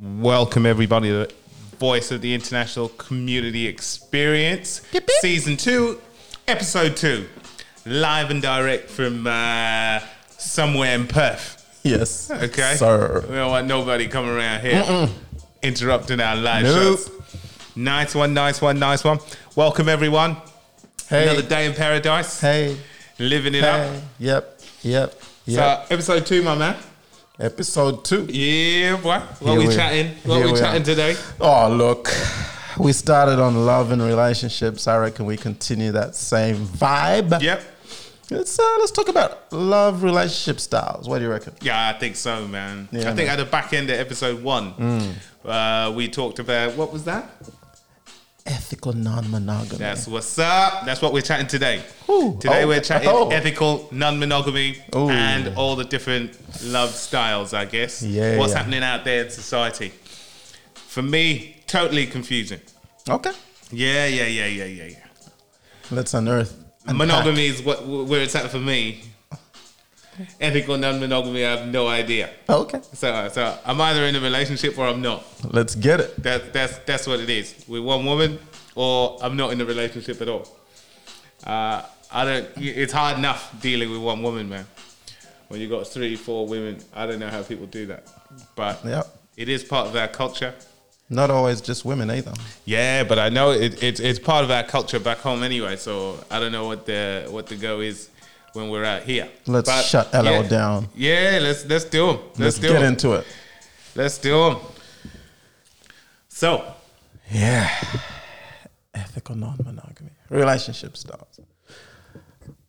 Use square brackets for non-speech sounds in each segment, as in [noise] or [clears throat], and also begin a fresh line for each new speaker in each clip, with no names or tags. Welcome, everybody, to Voice of the International Community Experience, Season 2, Episode 2, live and direct from uh, somewhere in Perth.
Yes.
Okay? We
Sir.
don't want nobody coming around here interrupting our live
Nope.
shows. Nice one, nice one, nice one. Welcome, everyone. Another
Hey.
day in paradise,
Hey.
living it
Hey.
up.
Yep. Yep.
So,
Yep.
episode 2, my man.
Episode two.
Yeah, boy. What
Here
we
we-
chatting? What
here
we
we are.
chatting today?
Oh, look. We started on love and relationships. I reckon we continue that same vibe.
Yep.
Let's uh, let's talk about love relationship styles. What do you reckon?
Yeah, I think so, man.
Yeah,
I think
man. Mm.
at the back end of episode one, uh, we talked about what was that?
Ethical non-monogamy.
That's what's up. That's what we're chatting today.
Ooh,
Today
oh,
we're chatting
oh.
ethical non-monogamy
Ooh.
and all the different love styles, I guess.
Yeah,
what's
yeah.
happening out there in society? For me, totally confusing.
Okay.
Yeah, yeah, yeah, yeah, yeah, yeah.
Let's unearth. unpack.
monogamy is what where it's at for me. Ethical non-monogamy, I have no idea.
Okay.
So, so I'm either in a relationship or I'm not.
Let's get it.
That, that's that's what it is with one woman, or I'm not in a relationship at all. Uh, I don't. It's hard enough dealing with one woman, man. When you got three, four women, I don't know how people do that, but
Yep.
it is part of our culture.
Not always just women either.
Yeah, but I know it, it's it's part of our culture back home anyway. So I don't know what the what the go is when we're out here.
Let's
But,
shut LL
yeah.
down.
Yeah, let's let's do 'em. Let's,
Let's,
do
get
'em.
into it.
Let's do 'em. So
Yeah. Ethical non monogamy. Relationship styles.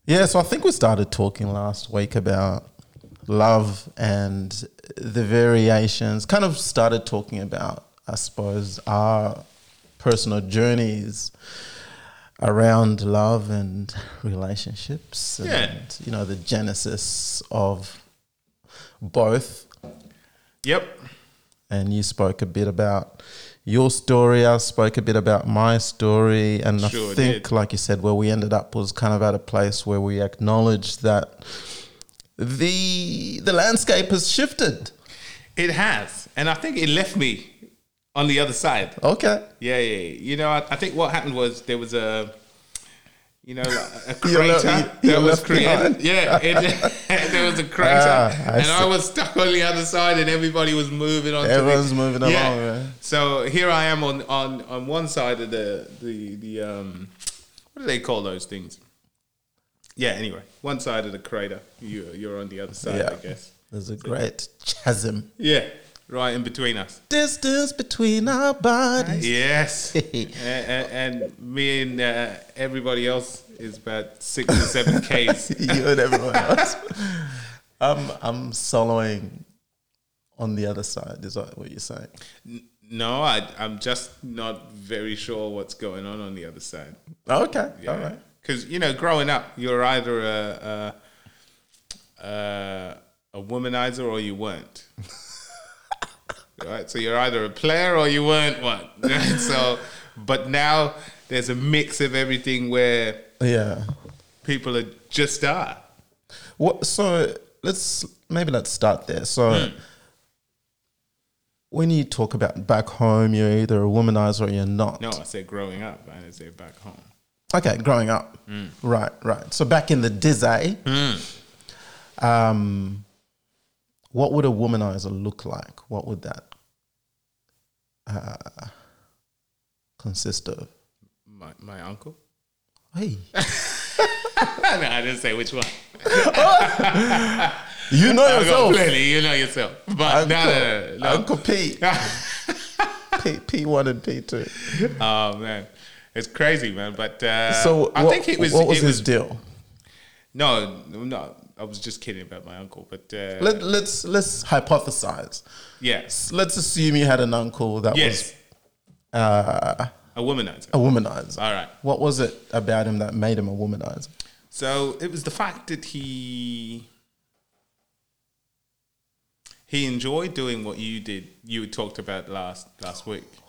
Yeah, so I think we started talking last week about love and the variations. Kind of started talking about, I suppose, our personal journeys around love and relationships
Yeah.
and you know the genesis of both
yep,
and you spoke a bit about your story. I spoke a bit about my story, and
Sure
I think,
did.
like you said, where we ended up was kind of at a place where we acknowledged that the the landscape has shifted.
It has, and I think it left me on the other side.
Okay,
Yeah, yeah. yeah. You know, I, I think what happened was there was a, you know, like a
You [laughs]
crater
left-
that
you
was
left
created. [laughs]
behind.
Yeah, it, [laughs] there was a crater,
Ah, I
and I
see.
was [laughs] stuck on the other side, and everybody was moving on. to the-
Everyone's moving along,
Yeah.
man.
So here I am on on on one side of the the the um, what do they call those things? Yeah. Anyway, one side of the crater. You you're on the other side, I
yeah,
guess.
there's a great chasm,
Yeah, right in between us.
distance between our bodies.
[laughs] Yes. and, and, and me and uh, everybody else is about six or
[laughs]
seven Ks.
you and everyone else. I'm I'm soloing on the other side. Is that what you're saying?
No, I, I'm just not very sure what's going on on the other side.
Okay, all right.
Because, you know, growing up, you're either a, a, a, a womanizer or you
[laughs]
weren't. right? So you're either a player or you weren't one. [laughs] so, but now there's a mix of everything where
Yeah.
people are just are.
What? So let's maybe let's start there. So
Hmm.
when you talk about back home, you're either a womanizer or you're not.
No, I said growing up. I didn't say back home.
Okay, growing up.
Hmm.
Right, right. So back in the dizzy,
Hmm.
um, what would a womanizer look like? What would that uh, consist of?
My, my uncle?
Hey,
[laughs] no, I didn't say
[laughs]
which one.
you know
I got
yourself,
plenty, you know yourself. But
Uncle,
no, no, no, no.
[laughs]
[laughs]
Uncle Pete, P P one and P two.
oh, man. It's crazy, man. But uh,
So
I
what,
think it was.
what was
it
his
was
deal?
no, no. I was just kidding about my uncle. But uh,
Let, let's let's hypothesize.
yes.
Let's assume you had an uncle that
Yes.
was uh,
A womanizer.
a womanizer.
All right.
What was it about him that made him a womanizer?
So it was the fact that he. He enjoyed doing what you did. You talked about last last week. [laughs]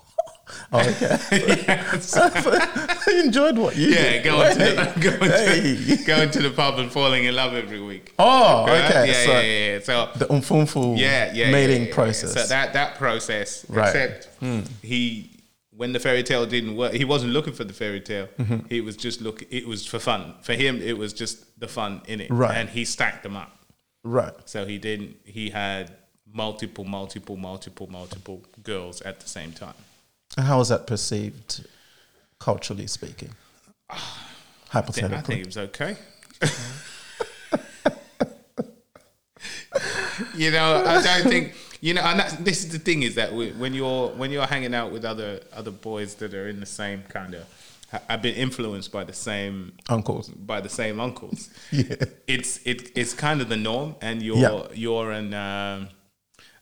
Oh, okay. [laughs] I enjoyed what you
Yeah,
did.
going to [laughs] the,
Hey,
going,
hey.
to, going to the pub and falling in love every week.
Oh,
Right?
okay.
Yeah,
so
yeah, yeah, yeah. So
the umfumfu
yeah, yeah,
mating
yeah, yeah, yeah.
process.
So that that process,
Right. Hmm.
except he when the fairy tale didn't work, he wasn't looking for the fairy tale.
Mm-hmm.
He was just look. It was for fun. For him, it was just the fun in it.
Right.
And he stacked them up.
right.
So he didn't. He had multiple, multiple, multiple, multiple girls at the same time.
And how was that perceived,
[sighs]
culturally speaking? Hypothetically.
I think it was okay. [laughs] you know, I don't think you know. And that's, this is the thing is that we- when you're when you're hanging out with other other boys that are in the same kind of, I've been influenced by the same
Uncles.
by the same uncles.
[laughs] Yeah.
It's it, it's kind of the norm, and you're
Yeah.
you're an um,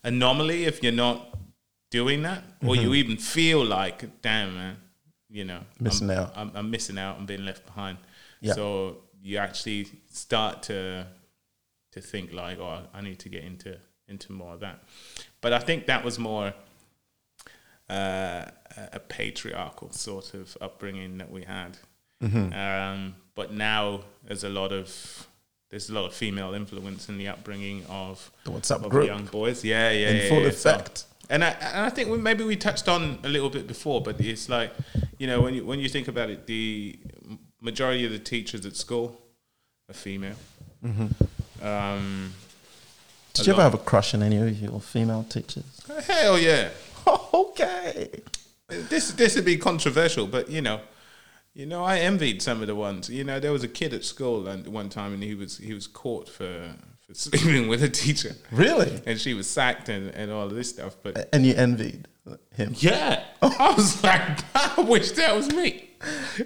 anomaly if you're not doing that, or
Mm-hmm.
you even feel like, damn man, you know,
Missing
I'm,
out.
I'm, I'm missing out. I'm being left behind.
Yeah.
So you actually start to to think like, oh, I need to get into into more of that. But I think that was more uh, a patriarchal sort of upbringing that we had.
Mm-hmm.
Um, but now there's a lot of there's a lot of female influence in the upbringing of
The WhatsApp
of
group.
young boys. Yeah, yeah,
In
yeah,
full
yeah. So-
effect.
and I, and I think we, maybe we touched on a little bit before, but it's like, you know, when you, when you think about it, the majority of the teachers at school are female.
Mm-hmm.
Um,
Did you ever
lot.
have a crush on any of your female
[laughs]
teachers?
hell yeah.
okay.
this this would be controversial, but you know, you know, I envied some of the ones. You know, there was a kid at school and one time, and he was he was caught for, for [laughs] sleeping with a teacher,
Really?
and she was sacked and, and all of this stuff. But
And you envied him.
yeah, [laughs] I was like, I wish that was me.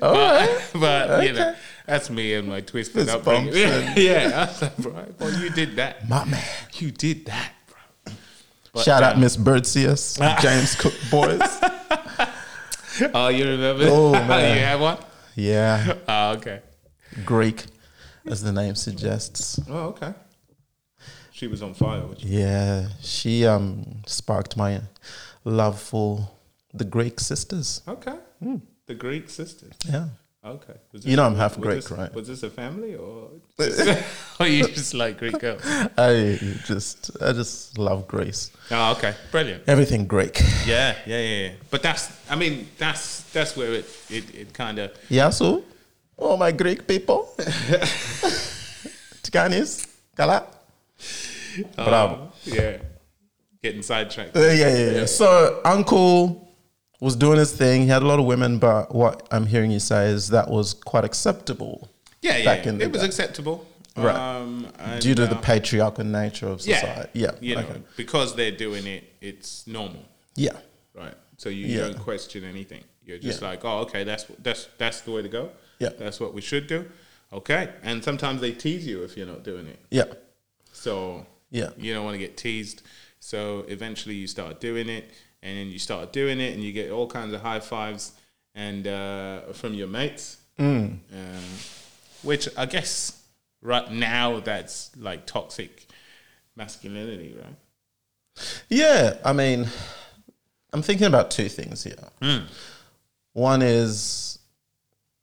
All
but [laughs]
right.
but, you know,
Okay.
that's me and my twisted
Fist
upbringing. [laughs]
bumps
Yeah, yeah, I was like, bro, well, you did that.
My man.
You did that, bro. But,
Shout out
um,
Miss Birdseus, [laughs] James Cook boys.
Oh, you remember?
Oh,
[laughs]
man.
you had one?
Yeah.
Oh, okay.
Greek, as the name suggests.
Oh, okay. She was on fire. Which,
Yeah, she um sparked my love for the Greek sisters.
okay. The Greek sisters.
Yeah.
Okay. Was
You know I'm half
was
Greek,
this-
right?
Was this a family
[laughs]
or? or you just like Greek girls?
I just I just love Greece.
Oh, okay. Brilliant.
Everything Greek.
Yeah, yeah, yeah. yeah. But that's, I mean, that's that's where it it, it um, kind of
Yasu, all my Greek [laughs] people. Tikanis, Kala. Bravo.
yeah getting sidetracked.
Uh, yeah, yeah, yeah. So Uncle was doing his thing. He had a lot of women, but what I'm hearing you say is that was quite acceptable
Yeah, yeah.
Back
yeah.
in the
it was
day.
acceptable.
Right.
Um, and
due to the
now-
patriarchal nature of
yeah,
society. Yeah,
You
yeah,
know,
okay.
because they're doing it, it's normal.
yeah.
right? So you,
Yeah.
don't question anything. You're just
Yeah.
like, oh, okay, that's that's that's the way to go.
Yeah.
that's what we should do. Okay, and sometimes they tease you if you're not doing it.
yeah.
So
Yeah.
you don't want to get teased. So eventually you start doing it, and then you start doing it, and you get all kinds of high fives and uh, from your mates,
Mm.
um, which I guess right now that's like toxic masculinity, right?
Yeah, I mean, I'm thinking about two things here.
Hmm.
One is,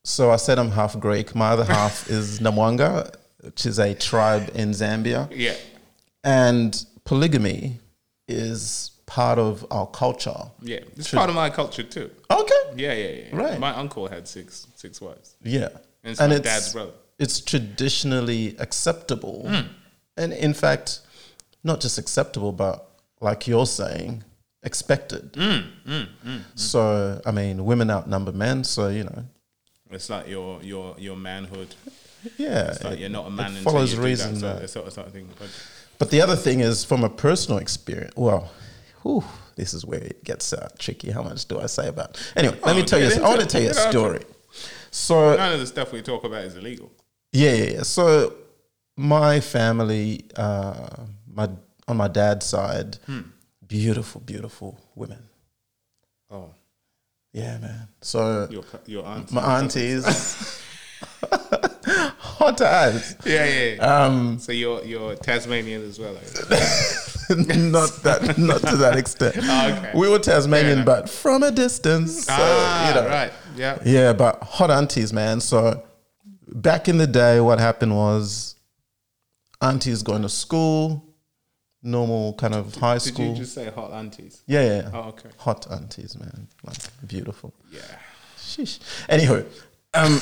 so I said I'm half Greek. My
[laughs]
other half is Namwanga, which is a tribe in Zambia,
Yeah,
and polygamy is part of our culture.
yeah. It's part of my culture too.
Okay,
Yeah, yeah, yeah.
Right.
My uncle had six six wives.
yeah,
And it's my dad's brother. Hmm.
It's traditionally acceptable, and in fact, not just acceptable, but like you're saying, expected.
Hmm,
So, I mean, women outnumber men. So, you know,
It's like your your your manhood.
yeah.
It's like
it-
you're not a
it
man until
follows
you do
reason.
that,
that-
sort, of, sort, of, sort of thing. But
But the other thing is, from a personal experience, well, whew, this is where it gets uh, tricky. How much do I say about? Anyway, let me
Oh,
tell you.
get
This. I
into
want to
it.
tell you a
Get into
story. So,
none of the stuff we talk about is illegal.
Yeah, yeah, yeah. So my family, uh, my on my dad's side,
Hmm.
beautiful, beautiful women.
Oh,
Yeah, man. So
your cu- your aunt.
[laughs] my aunties, Hot ass.
Yeah, yeah. yeah.
Um,
so you're you're Tasmanian as well.
[laughs]
like-
not that, not to that
[laughs]
extent.
Oh, okay.
We were
Fair
Tasmanian,
enough.
but from a distance. So,
ah,
you know,
right. Yeah.
Yeah, but hot aunties, man. So back in the day, what happened was aunties going to school, normal kind of high
Did
school.
you just say hot aunties?
yeah, yeah. yeah.
Oh, okay.
Hot aunties, man. Like beautiful.
Yeah.
Sheesh. Anywho, [laughs] um,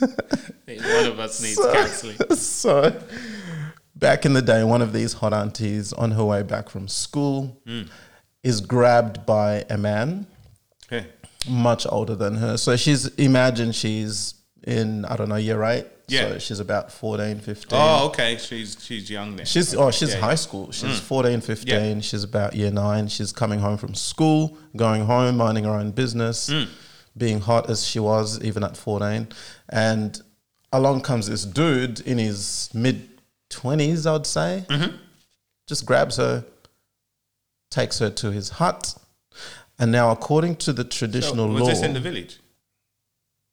One of us
[laughs]
needs counselling.
so back in the day, one of these hot aunties on her way back from school
Hmm.
is grabbed by a man.
Yeah.
much older than her. So she's imagine she's in I don't know year eight.
Yeah.
So she's about 14, 15.
Oh, okay. She's she's young then.
She's oh she's
Yeah, Mm.
high school. She's 14, 15. She's about year 9. She's coming home from school, going home, minding her own business,
Mm.
being hot as she was even at 14. And along comes this dude in his mid 20s, I'd say.
Mm-hmm.
Just grabs her, takes her to his hut. And now according to the
So,
traditional
was
law
this in the village?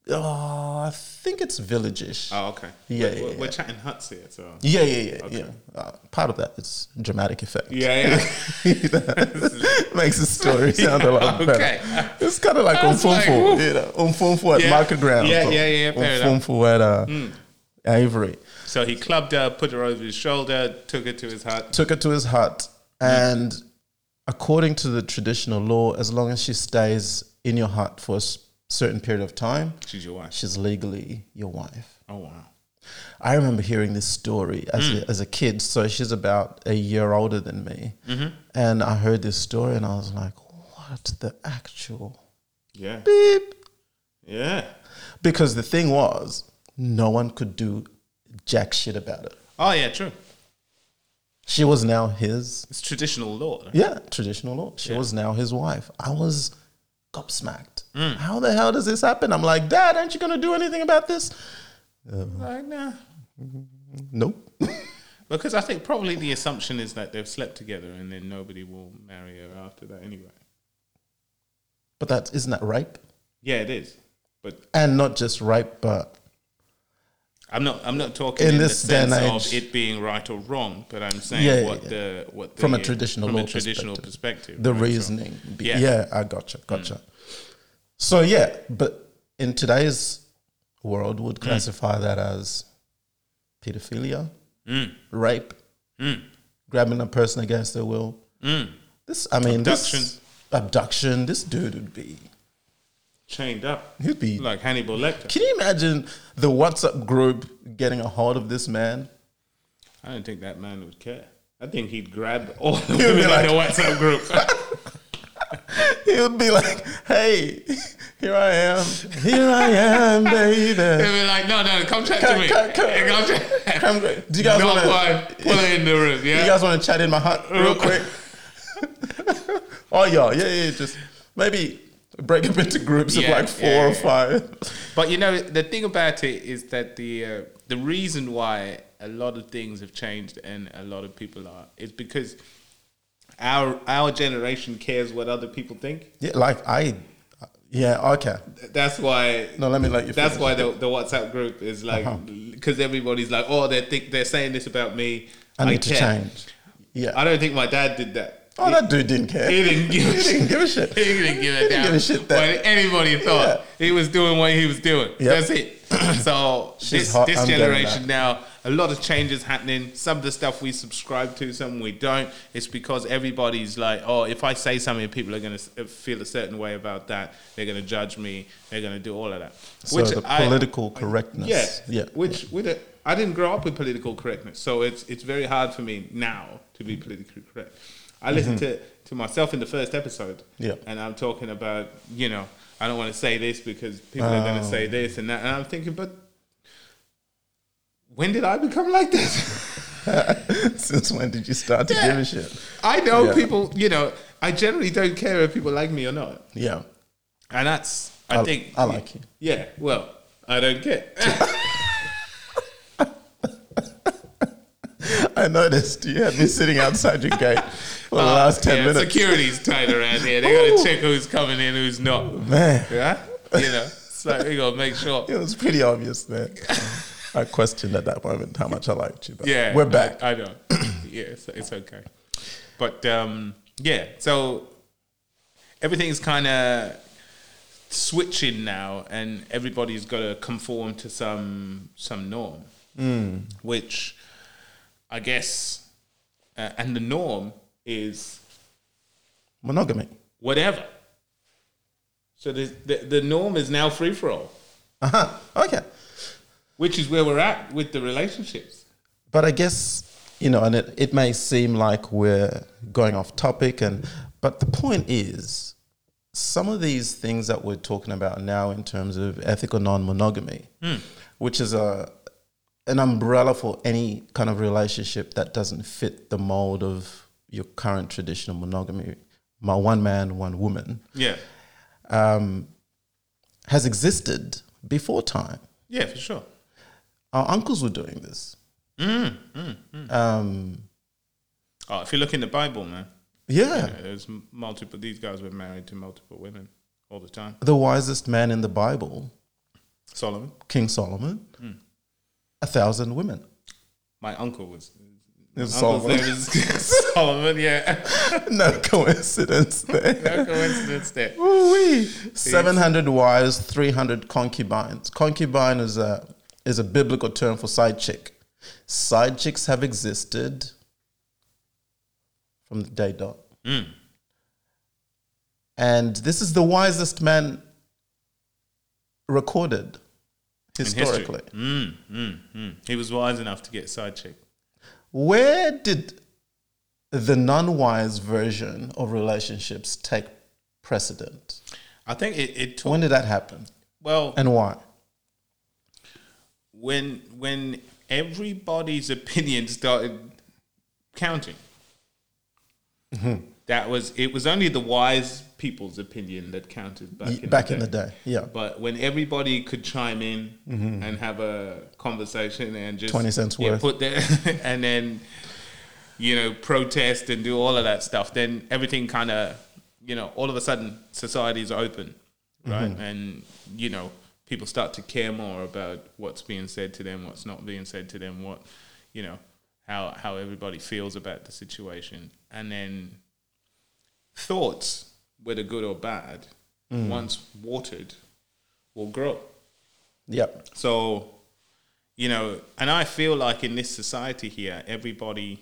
Oh, I think it's villageish.
Oh, okay.
Yeah,
We're,
yeah,
we're,
yeah.
we're chatting huts here, so.
Yeah, yeah, yeah, yeah. Uh, part of that is dramatic effect.
Yeah,
[laughs] Makes the story sound a lot better.
Okay.
It's kind of like
I was like,
umfumfu,
woo.
you know, umfumfu at
Yeah.
market ground.
Yeah,
or
yeah, yeah, fair enough. Hmm.
Umfumfu at uh, Avery.
so he clubbed her, put her over his shoulder, took her to his hut.
Took her to his hut, and according to the traditional law, as long as she stays in your hut for a s- certain period of time,
She's your wife.
she's legally your wife.
Oh wow.
I remember hearing this story as,
Hmm.
a, as a kid. So she's about a year older than me.
Mm-hmm.
And I heard this story and I was like, what the actual
Yeah.
beep?
Yeah.
Because the thing was, no one could do jack shit about it.
Oh yeah, true.
She was now his,
It's traditional law.
yeah, traditional law. She was now his wife. I was gobsmacked. How the hell does this happen? I'm like, Dad, aren't you going to do anything about this?
Like nah.
Nope. [laughs]
Because I think probably the assumption is that they've slept together and then nobody will marry her after that anyway.
but that isn't that rape?
Yeah, it is. But
And not just rape, but
I'm not. I'm not talking
In
in,
this
the
day and
sense of
age-
it being right or wrong, but I'm saying
Yeah, yeah,
what
yeah.
the what the,
From a traditional
from a
law
traditional
perspective.
perspective.
the
right? So-
reasoning. be-
Yeah.
yeah. I gotcha, gotcha. So yeah, but in today's world, would classify that as pedophilia, rape, grabbing a person against their will. This, I mean, abduction. This,
Abduction.
abduction. This dude would be,
chained up
he'd be.
like Hannibal Lecter.
Can you imagine the WhatsApp group getting a hold of this man?
I don't think that man would care. I think he'd grab [laughs] all the
be
women
like-
in the [laughs] WhatsApp group.
He would be like, "Hey, [laughs] here I am, here I am, [laughs] baby."
He'd be like, no, no, come chat to
Come-
me.
come- come-
Come [laughs] chat.
Come- do you guys
Knock
wanna-
one, pull her in the room. Yeah.
You guys want to chat in my hut
Uh, [laughs]
real quick? oh, y'all, yeah, yeah, just maybe break up into groups of
Yeah,
like four
yeah,
or
yeah.
five.
But you know, the thing about it is that the uh, the reason why a lot of things have changed and a lot of people are is because our our generation cares what other people think.
Yeah, like I, yeah, okay.
That's why.
No, let me let you.
That's
finish.
why the, the WhatsApp group is like because everybody's like, oh, they think they're saying this about me.
I need to
care."
change. Yeah.
I don't think my dad did that.
oh, that dude didn't care.
He didn't give a
[laughs] He didn't give a shit.
He didn't give a
He didn't
damn
give a shit
what
that-
anybody thought. He was doing what he was doing. That's it. [clears throat] So this,
hot,
this
I'm doing
generation now, a lot of changes happening. Some of the stuff we subscribe to, some we don't. It's because everybody's like, oh, if I say something, people are going to feel a certain way about that. They're going to judge me. They're going to do all of that.
So the political correctness.
Yeah,
yeah.
Which with it, I didn't grow up with political correctness, so it's it's very hard for me now to be politically correct. I listened to to myself in the first episode,
Mm-hmm. Yeah.
and I'm talking about you know I don't want to say this because people are going to
Oh.
say this and that, and I'm thinking, but when did I become like this?
[laughs] Since when did [laughs] you start to
Yeah.
give a shit?
I know
Yeah.
people, you know, I generally don't care if people like me or not,
Yeah.
and that's I,
I-
think
I like you.
Yeah, well, I don't care.
I noticed you had me sitting outside your gate
[laughs]
for the last 10
Oh, yeah,
minutes.
Security's tight around here. They got to check who's coming in, who's not.
Man.
Yeah, you know.
[laughs]
So we gotta make sure.
It was pretty obvious that um, I questioned at that moment how much I liked you. But
Yeah,
we're back.
I, I know. [clears throat] yeah, it's, it's okay. But um, yeah, so everything's kind of switching now, and everybody's got to conform to some some norm,
Hmm.
which I guess, uh, and the norm is
Monogamy.
whatever. So the the, the norm is now free for all,
Uh-huh. Okay.
which is where we're at with the relationships.
But I guess, you know, and it, it may seem like we're going off topic and but the point is some of these things that we're talking about now in terms of ethical non-monogamy, which is a an umbrella for any kind of relationship that doesn't fit the mold of your current traditional monogamy, my one man, one woman,
Yeah,
um, has existed before time
yeah, for sure.
our uncles were doing this. Um,
Oh, if you look in the Bible, man.
yeah.
Yeah, there's m- multiple. These guys were married to multiple women all the time.
the wisest man in the Bible,
Solomon,
King Solomon, a thousand women.
my uncle was.
It's
uncle's
Solomon.
name is [laughs] Solomon. Yeah,
[laughs] no coincidence there.
no coincidence there.
Ooh-wee. 700 wives, 300 concubines. Concubine is a, is a biblical term for side chick. Side chicks have existed from the day dot.
Mm.
And this is the wisest man recorded
In history.
historically.
Mm, mm, mm. He was wise enough to get side chick.
Where did the non wise version of relationships take precedent?
I think it, it took.
When did that happen?
Well,
And why?
when when everybody's opinion started counting,
Mm-hmm.
that was it. Was only the wise people's opinion that counted back
Ye-
in
back
the day.
in the day. Mm-hmm. Yeah,
But when everybody could chime in and have a conversation and just
20 cents
yeah,
worth.
put there [laughs] and then you know protest and do all of that stuff, then everything kind of you know all of a sudden society's open,
Mm-hmm.
right? And you know people start to care more about what's being said to them, what's not being said to them, what you know how how everybody feels about the situation, and then thoughts, whether good or bad,
Mm.
once watered, will grow.
yep.
So, you know, and I feel like in this society here, everybody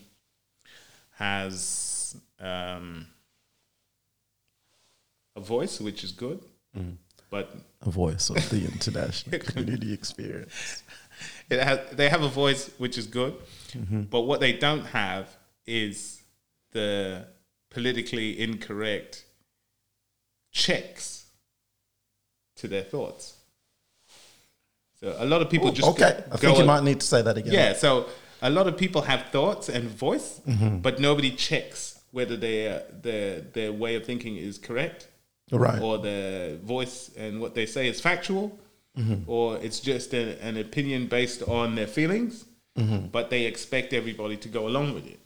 has um, a voice, which is good,
Mm-hmm.
but
A voice of the international community experience.
it has, they have a voice which is good,
Mm-hmm.
but what they don't have is the politically incorrect checks to their thoughts. So a lot of people just
Oh, okay, I think you might need to say that again.
yeah. So a lot of people have thoughts and voice, but nobody checks whether their their their way of thinking is correct
Right.
or the voice and what they say is factual, or it's just a, an opinion based on their feelings, but they expect everybody to go along with it,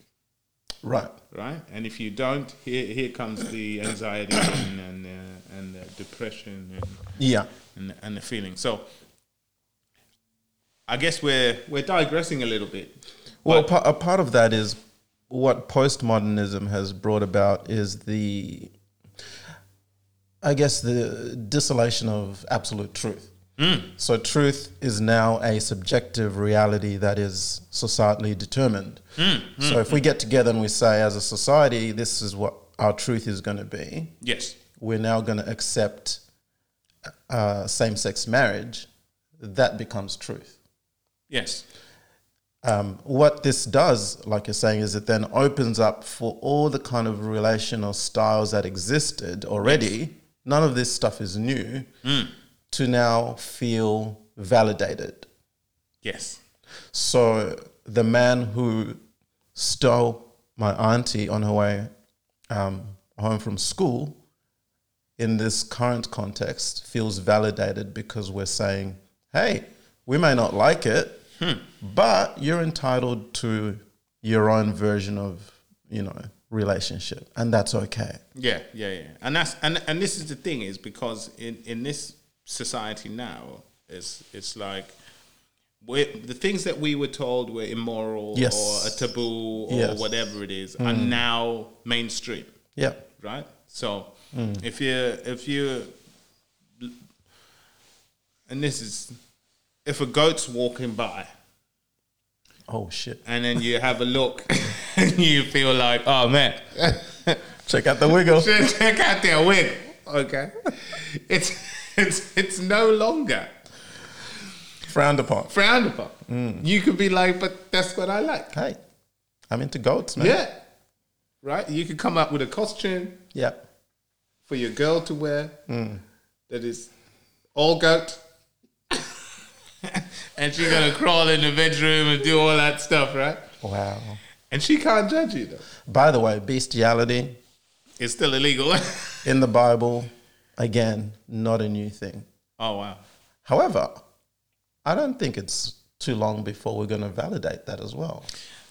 Right.
right? And if you don't, here, here comes the anxiety and and, uh, and the depression and,
Yeah.
and and the feeling. So, I guess we're we're digressing a little bit.
Well,
but-
pa- a part of that is what postmodernism has brought about is the, I guess, the distillation of absolute truth. So, truth is now a subjective reality that is societally determined. So, if we get together and we say, as a society, this is what our truth is going to be,
yes,
we're now going to accept uh, same sex marriage, that becomes truth.
yes,
Um, what this does, like you're saying, is it then opens up for all the kind of relational styles that existed already. None of this stuff is new to now feel validated.
yes,
So the man who stole my auntie on her way um, home from school in this current context feels validated because we're saying, hey, we may not like it, but you're entitled to your own version of, you know, relationship. And that's okay.
yeah, yeah, yeah. And that's and and this is the thing is because in in this society now is it's like we the things that we were told were immoral
Yes.
or a taboo or
Yes. Mm.
whatever it is are now mainstream,
Yeah.
right? So
Mm.
if you if you and this is if a goat's walking by
Oh shit.
and then you have a look [laughs] and you feel like oh
[laughs]
man
Check out the wiggle.
check out their wig okay it's it's it's no longer
Frowned upon.
frowned upon. You could be like, but that's what I like.
Hey, I'm into goats, man.
Yeah. Right? You could come up with a costume
Yeah.
for your girl to wear that is all [laughs] goat. and she's going to crawl in the bedroom and do all that stuff, right?
Wow.
And she can't judge you, though.
By the way, bestiality
It's still illegal. [laughs]
in the Bible, again, not a new thing.
oh, wow.
However, I don't think it's too long before we're going to validate that as well.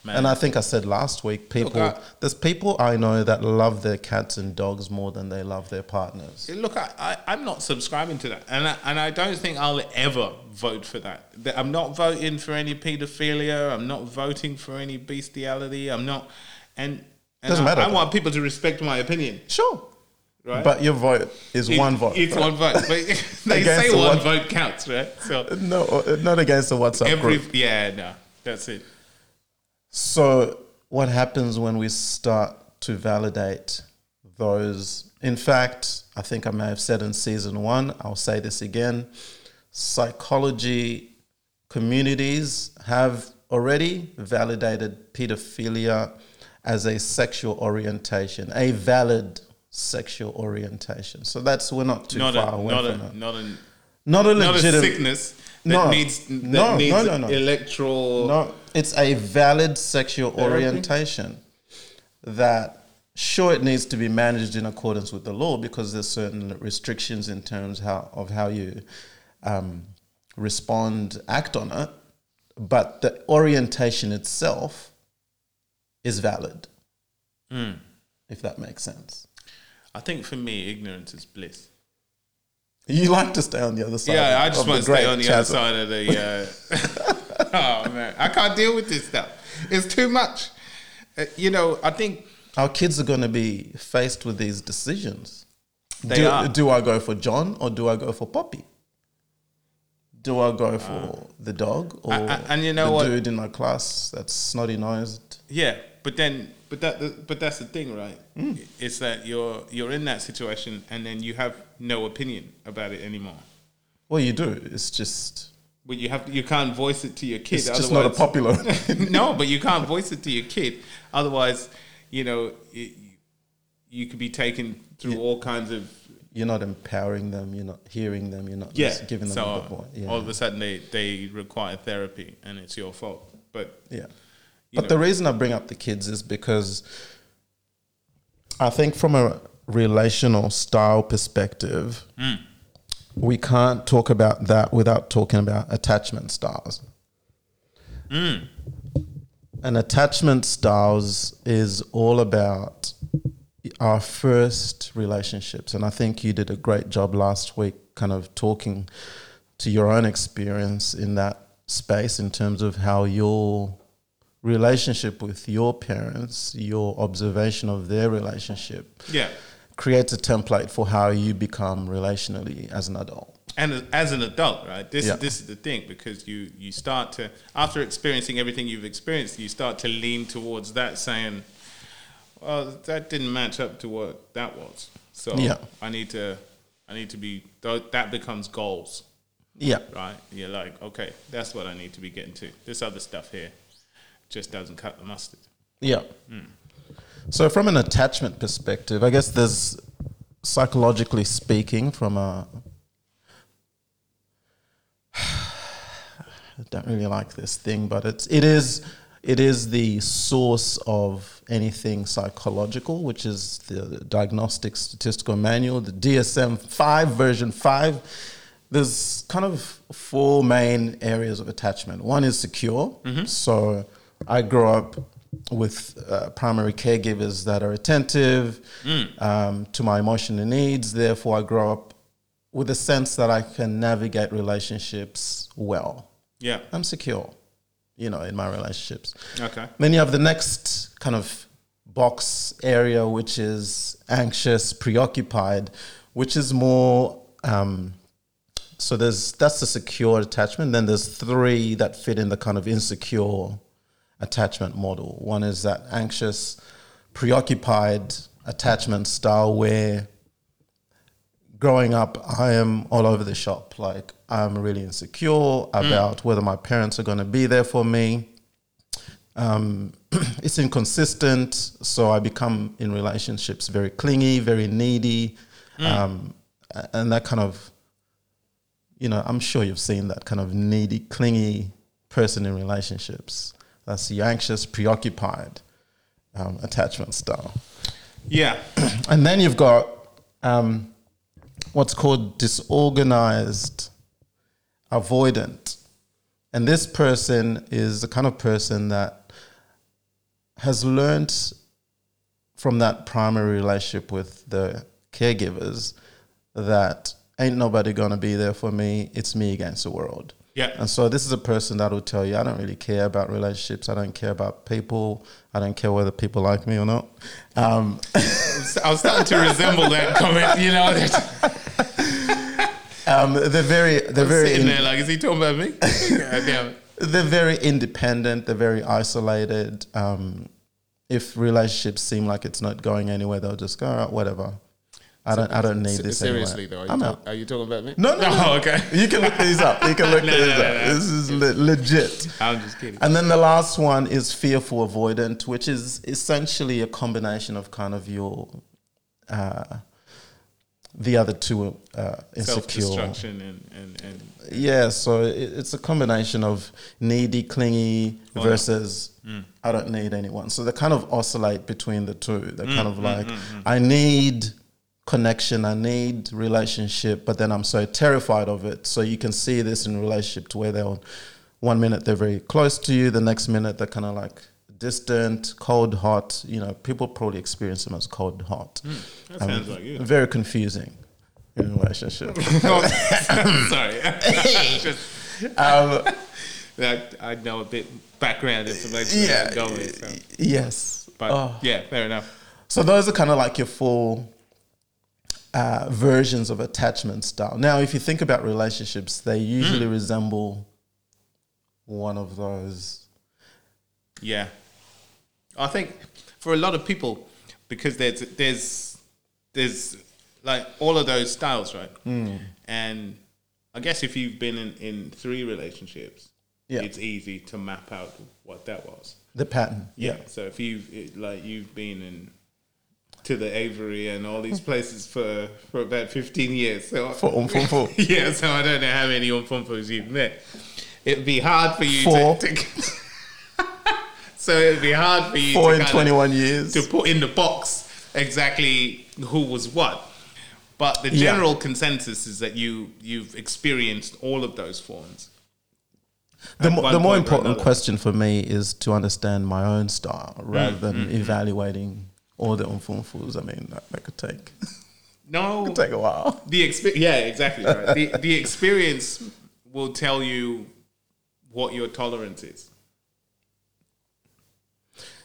Man.
And I think I said last week, people,
I-
there's people I know that love their cats and dogs more than they love their partners.
Look, I, I, I'm not subscribing to that. And I, and I don't think I'll ever vote for that. That- I'm not voting for any pedophilia. I'm not voting for any bestiality. I'm not. And, and
Doesn't
I,
matter.
I want people to respect my opinion,
Sure.
right?
But your vote is
It-
one vote.
It's
right?
one vote. But [laughs] they
Against
say
the
one
one-
vote counts, right? So
No, uh, not against the WhatsApp
every.
group.
Yeah, no. That's it.
So, what happens when we start to validate those? In fact, I think I may have said in season one, I'll say this again psychology communities have already validated pedophilia as a sexual orientation, a valid sexual orientation. So, that's we're not too
Not
far
a,
away
not, a,
from it.
not a.
Not a
Not a
legitimate.
sickness that
No.
needs that
No, no,
needs
no, no.
electoral.
No, it's a valid sexual orientation that sure it needs to be managed in accordance with the law because there's certain restrictions in terms how of how you um, respond, act on it, but the orientation itself is valid.
Hmm.
If that makes sense.
I think for me, ignorance is bliss.
You like to stay on the other side.
Yeah, I
of
just
the
want to stay
uh, great
on the other
chasm.
side of the. Uh, [laughs] oh man, I can't deal with this stuff. It's too much. Uh, you know, I think
Our kids are going to be faced with these decisions.
they
do,
are.
do I go for John or do I go for Poppy? Do I go for the dog or
I- and you know
the
what?
dude in my class that's snotty nosed?
Yeah, but then, but that, but that's the thing, right?
Hmm.
It's that you're you're in that situation, and then you have no opinion about it anymore.
Well, you do. It's just
But you have you can't voice it to your kid.
it's just not a
otherwise- [laughs]
popular.
no, but you can't voice it to your kid. Otherwise, you know, it, you could be taken through all kinds of
you're not empowering them. You're not hearing them. You're not
yeah.
just giving them
so
a bit more. Yeah,
all of a sudden they, they require therapy and it's your fault. But
yeah.
you
But the reason I bring up the kids is because I think from a relational style perspective, we can't talk about that without talking about attachment styles. And attachment styles is all about our first relationships. And I think you did a great job last week, kind of talking to your own experience in that space in terms of how your relationship with your parents, your observation of their relationship,
yeah,
creates a template for how you become relationally as an adult.
and as an adult, right? This
Yeah.
this is the thing because you you start to after experiencing everything you've experienced, you start to lean towards that, saying, "Well, that didn't match up to what that was." So
Yeah.
I need to I need to be tho- that becomes goals.
Yeah.
right? You're like, okay, that's what I need to be getting to. This other stuff here just doesn't cut the mustard.
Yeah. So, from an attachment perspective, I guess there's psychologically speaking, from a. I don't really like this thing, but it's it is it is the source of anything psychological, which is the Diagnostic Statistical Manual, the DSM five version five. There's kind of four main areas of attachment. One is secure. So I grew up with uh, primary caregivers that are attentive um, to my emotional needs. Therefore, I grow up with a sense that I can navigate relationships well.
Yeah.
I'm secure, you know, in my relationships.
Okay.
Then you have the next kind of box area, which is anxious, preoccupied, which is more. Um, so there's that's the secure attachment. Then there's three that fit in the kind of insecure attachment model. One is that anxious, preoccupied attachment style where growing up, I am all over the shop. Like, I'm really insecure about whether my parents are going to be there for me. Um, it's inconsistent. So I become in relationships very clingy, very needy. Um, a- and that kind of, you know, I'm sure you've seen that kind of needy, clingy person in relationships. That's the anxious, preoccupied um, attachment style.
Yeah.
And then you've got um, what's called disorganized avoidant. And this person is the kind of person that has learnt from that primary relationship with the caregivers that ain't nobody going to be there for me. It's me against the world.
Yeah.
And so this is a person that will tell you, I don't really care about relationships. I don't care about people. I don't care whether people like me or not. Um,
I was starting to resemble that comment. You know,
um, they're very, they're very,
sitting
in-
there like, is he talking about me?
[laughs]
God damn it.
they're very independent. They're very isolated. Um, if relationships seem like it's not going anywhere, they'll just go, all right, whatever. I don't, I don't need this anymore.
Seriously though, are you,
I'm
talk-
out.
are you talking about me?
No,
[laughs]
no, no.
Oh, okay.
You can look these up.
[laughs]
You can look
No,
these
no, no,
up.
no.
This is le- legit.
I'm just kidding.
And then the last one is fearful avoidant, which is essentially a combination of kind of your uh, the other two uh, insecure.
Self-destruction and, and,
[laughs]
and
Yeah, so it, it's a combination of needy, clingy
Oh,
versus
Mm.
I don't need anyone. So they kind of oscillate between the two. They're
Mm,
kind of like I need connection, I need relationship, but then I'm so terrified of it. So you can see this in relationship to where they'll one minute they're very close to you, the next minute they're kind of like distant, cold, hot. You know, people probably experience them as cold, hot.
Mm,
Um,
that sounds like you.
Very confusing in relationship. [laughs]
Sorry. [laughs] Just-
um,
that I know a bit background information.
yeah,
Yeah. Going, so.
yes.
But
Oh.
yeah, fair enough.
So those are kind of like your full uh, versions of attachment style. Now, if you think about relationships, they usually
Hmm.
resemble one of those.
Yeah, I think for a lot of people, because there's there's there's like all of those styles, right?
Mm.
And I guess if you've been in, in three relationships,
Yeah.
it's easy to map out what that was.
The pattern.
So if you've it, like you've been in to the Avery and all these places for for about fifteen years, so
For um, for,
[laughs]
for.
yeah, so I don't know how many Umfumpus you've met. It'd be hard for you
Four.
to. to [laughs] so it'd be hard for you
Four
to,
in
kinda-
21 years.
to put in the box exactly who was what. But the
Yeah.
general consensus is that you you've experienced all of those forms.
the,
at
mo-
one
the more
point or
important
another. Hmm.
question for me is to understand my own style rather than evaluating all the umfumfus. I mean, that, that could take, [laughs]
No,
take a while.
the experience. Yeah, exactly. Right. the the experience will tell you what your tolerance is.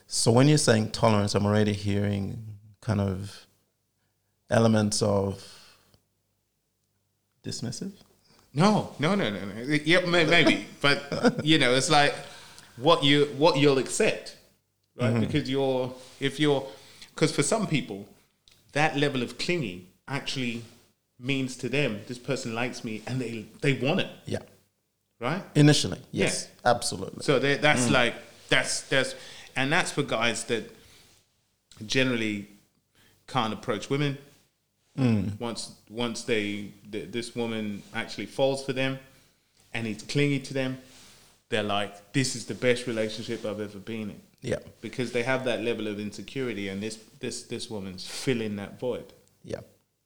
So when you're saying tolerance, I'm already hearing kind of elements of dismissive.
No, no, no, no, no. Yeah, may- maybe, but you know, it's like what you what you'll accept, right? Because you're if you're because for some people, that level of clinging actually means to them this person likes me and they they want it,
Yeah.
right?
Initially, yes, absolutely.
So they, that's like that's that's and that's for guys that generally can't approach women. Once once they th- this woman actually falls for them, and he's clingy to them, they're like, "This is the best relationship I've ever been in,"
Yeah,
because they have that level of insecurity, and this this this woman's filling that void,
yeah,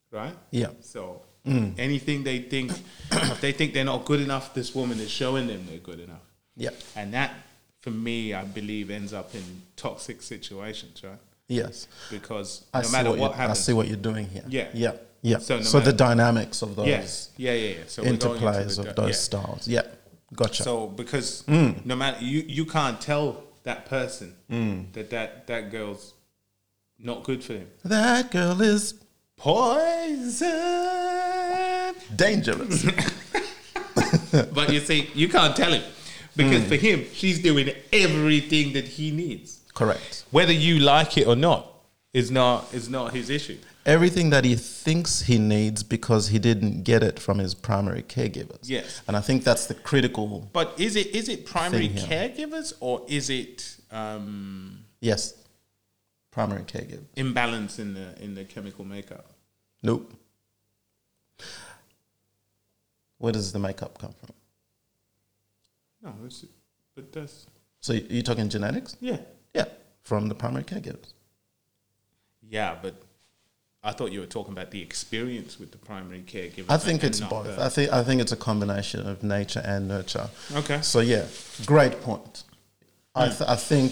right?
yeah,
So anything they think if they think they're not good enough, this woman is showing them they're good enough.
yeah,
And that, for me, I believe ends up in toxic situations, right?
Yes.
because
I
no
see
matter
what,
what,
you- I
happens,
see what you're doing here.
Yeah.
Yeah. Yeah. So,
So no
the
matter-
dynamics of those
yes, yeah, yeah, yeah. So we're going into
interplays
the
of
di-
those Mm.
yeah.
styles. Yeah. Gotcha.
So because no matter you, you can't tell that person
Mm.
that that that girl's not good for
[laughs]
him.
that girl is
[laughs] Poison.
dangerous.
But you see, you can't tell him because
Mm.
for him, she's doing everything that he needs.
Correct.
Whether you like it or not is not is not his issue.
Everything that he thinks he needs because he didn't get it from his primary caregivers.
Yes.
And I think that's the critical.
But is it is it primary
Thing,
caregivers or is it um,
Yes. Primary caregiver.
imbalance in the in the chemical makeup?
Nope. Where does the makeup come from?
No, that's, but that's
So you- you're talking genetics?
yeah,
Yeah. From the primary caregivers.
yeah. But I thought you were talking about the experience with the primary caregiver.
I think
and
it's
not
both.
the-
I think I think it's a combination of nature and nurture.
Okay. Hmm.
So yeah, great point. I th- I think,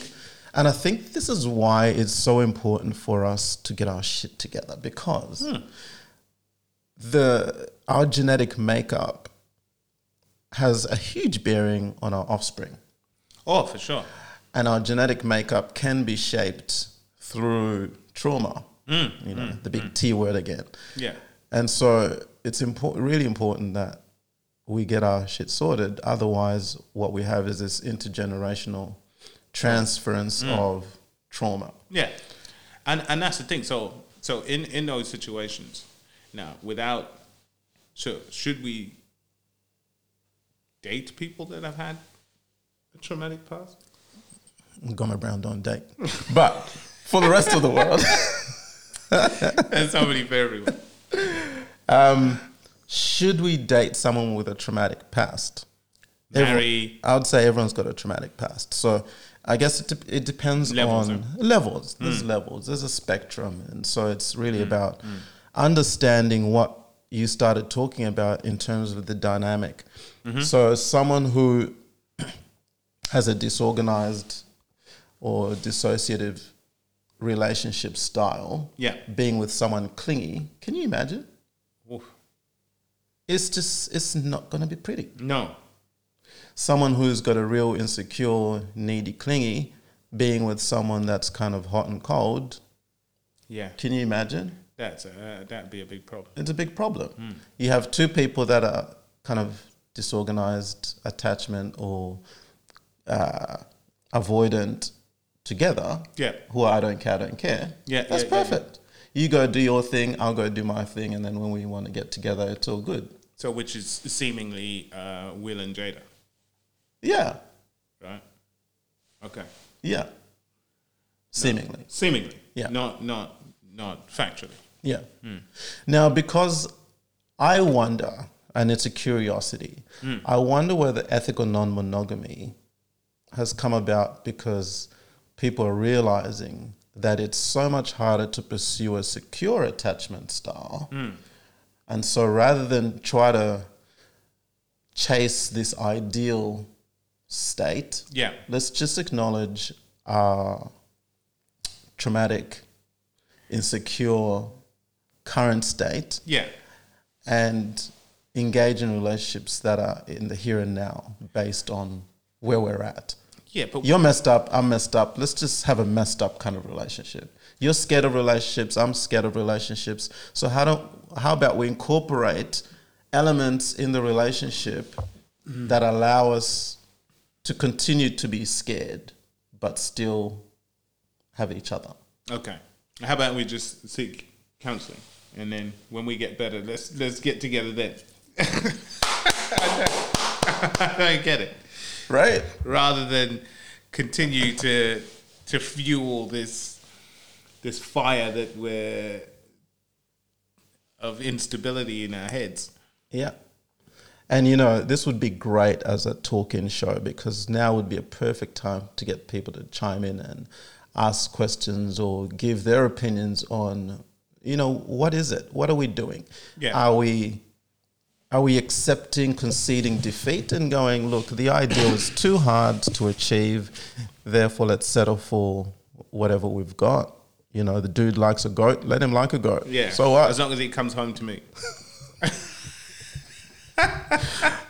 and I think this is why it's so important for us to get our shit together because
Hmm.
the our genetic makeup has a huge bearing on our offspring,
oh, for sure.
and our genetic makeup can be shaped through trauma. you know, the big T word again.
Hmm. Yeah.
And so it's important, really important that we get our shit sorted. Otherwise, what we have is this intergenerational transference of trauma.
Yeah, and and that's the thing. So so in in those situations, now without so should we date people that have had a traumatic
[laughs]
past?
Gomer Brown don't date. [laughs] But for the rest of the world, [laughs]
There's so many variables.
um, should we date someone with a traumatic past? Everyone-
Marry.
I would say everyone's got a traumatic past. So I guess it, dep- it depends
Levels, Hmm.
on levels. There's levels. There's a spectrum, and so it's really about understanding what you started talking about in terms of the dynamic.
Mm-hmm.
So someone who [clears throat] has a disorganized or dissociative relationship style,
Yeah.
being with someone clingy, can you imagine?
Oof.
It's just it's not going to be pretty.
No.
someone who's got a real insecure, needy, clingy, being with someone that's kind of hot and cold,
Yeah,
can you imagine?
that's a, uh, that'd be a big problem.
It's a big problem.
Hmm.
You have two people that are kind of disorganized, attachment, or uh, avoidant together,
Yeah.
who are I don't care, I don't care.
Yeah, yeah,
That's
yeah, yeah.
perfect. You go do your thing, I'll go do my thing, and then when we want to get together, it's all good.
So which is seemingly uh, Will and Jada,
Yeah,
right? Okay,
yeah. Seemingly.
seemingly.
Yeah.
Not not not factually.
Yeah. Now, because I wonder, and it's a curiosity, I wonder whether ethical non monogamy has come about because people are realizing that it's so much harder to pursue a secure attachment style. And so rather than try to chase this ideal state,
Yeah.
let's just acknowledge our traumatic, insecure current state
Yeah.
and engage in relationships that are in the here and now based on where we're at.
Yeah. But
You're messed up, I'm messed up. Let's just have a messed up kind of relationship. You're scared of relationships, I'm scared of relationships. So how don't how about we incorporate elements in the relationship that allow us to continue to be scared but still have each other.
Okay. How about we just seek counselling, and then when we get better, let's let's get together then. [laughs] I don't- [laughs] I don't get it.
Right?
Rather than continue to to fuel this this fire that we're of instability in our heads.
Yeah. And you know, this would be great as a talk-in show because now would be a perfect time to get people to chime in and ask questions or give their opinions on, you know, what is it? What are we doing?
Yeah.
Are we are we accepting conceding defeat and going, look, the ideal is too hard to achieve, therefore let's settle for whatever we've got? You know, the dude likes a goat, let him like a goat.
Yeah.
So what?
As long as it comes home to me.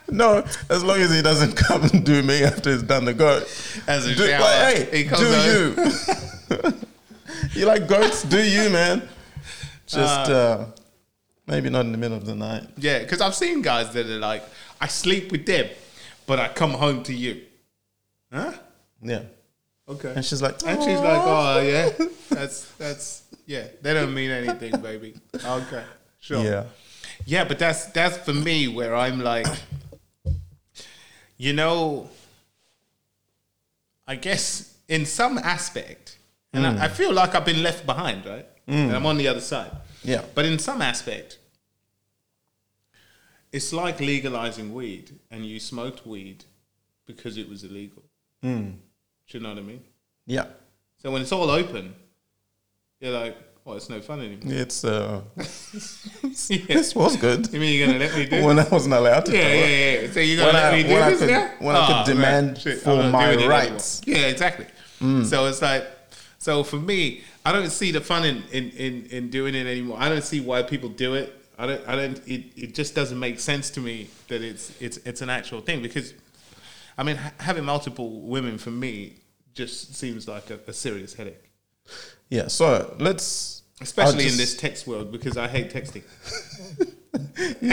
No, as long as he doesn't [laughs] come and do me after he's done the goat.
As a
do,
shower,
but, hey,
he comes
do
home. [laughs]
you? [laughs] you like goats? Do you, man? Just uh, maybe not in the middle of the night.
Yeah, because I've seen guys that are like, I sleep with them, but I come home to you. Huh?
Yeah.
Okay.
And she's like,
And she's like, oh
[laughs]
yeah, that's that's yeah. They don't mean anything, baby. Okay, sure.
yeah,
"Oh, yeah, but that's that's for me where I'm like, you know, I guess in some aspect, and
Mm.
I, I feel like I've been left behind, right? And I'm on the other side.
Yeah.
But in some aspect, it's like legalizing weed, and you smoked weed because it was illegal.
Mm.
Do you know what I mean?
yeah.
So when it's all open, you're like, "Oh, it's no fun anymore."
It's
[laughs]
uh,
yeah.
this was good
[laughs] You mean you're gonna let me
[laughs]
do?
when I wasn't allowed to. do
yeah,
it.
yeah, yeah. So you're gonna
When
let
I-
me do
when I
this
could-
now?
when I could
Ah,
demand
right. Shit,
for
I'm not
my
doing it anymore.
rights. Mm.
Yeah, exactly. So it's like, so for me, I don't see the fun in, in, in, in doing it anymore. I don't see why people do it. I don't. I don't. It, it just doesn't make sense to me that it's it's it's an actual thing because, I mean, ha- having multiple women for me just seems like a, a serious headache.
Yeah. So let's.
Especially
I'll
in this
just-
text world because I hate texting.
[laughs]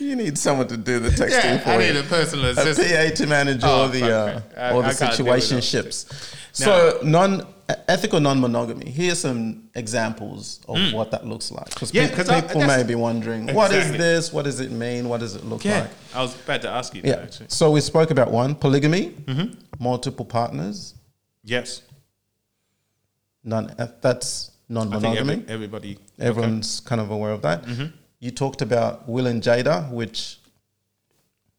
you need someone to do the texting
Yeah,
for
I
you.
need a personal
Uh, a
assistant.
PA to manage
Oh,
all the uh,
fuck, man. I-
all the
I can't deal with those
situationships. So non ethical non monogamy. Here's some examples of what that looks like. Because
Hmm. Yeah, 'cause I-
people
that's-
may be wondering, what is
Exactly.
this? What does it mean? What does it look
Yeah,
like?
I was about to ask you that
Yeah.
actually.
So we spoke about one polygamy,
Mm-hmm.
multiple partners.
Yes,
Non that's non
I think
monogamy.
every, everybody.
Everyone's kind of aware of that.
Mm-hmm.
You talked about Will and Jada, which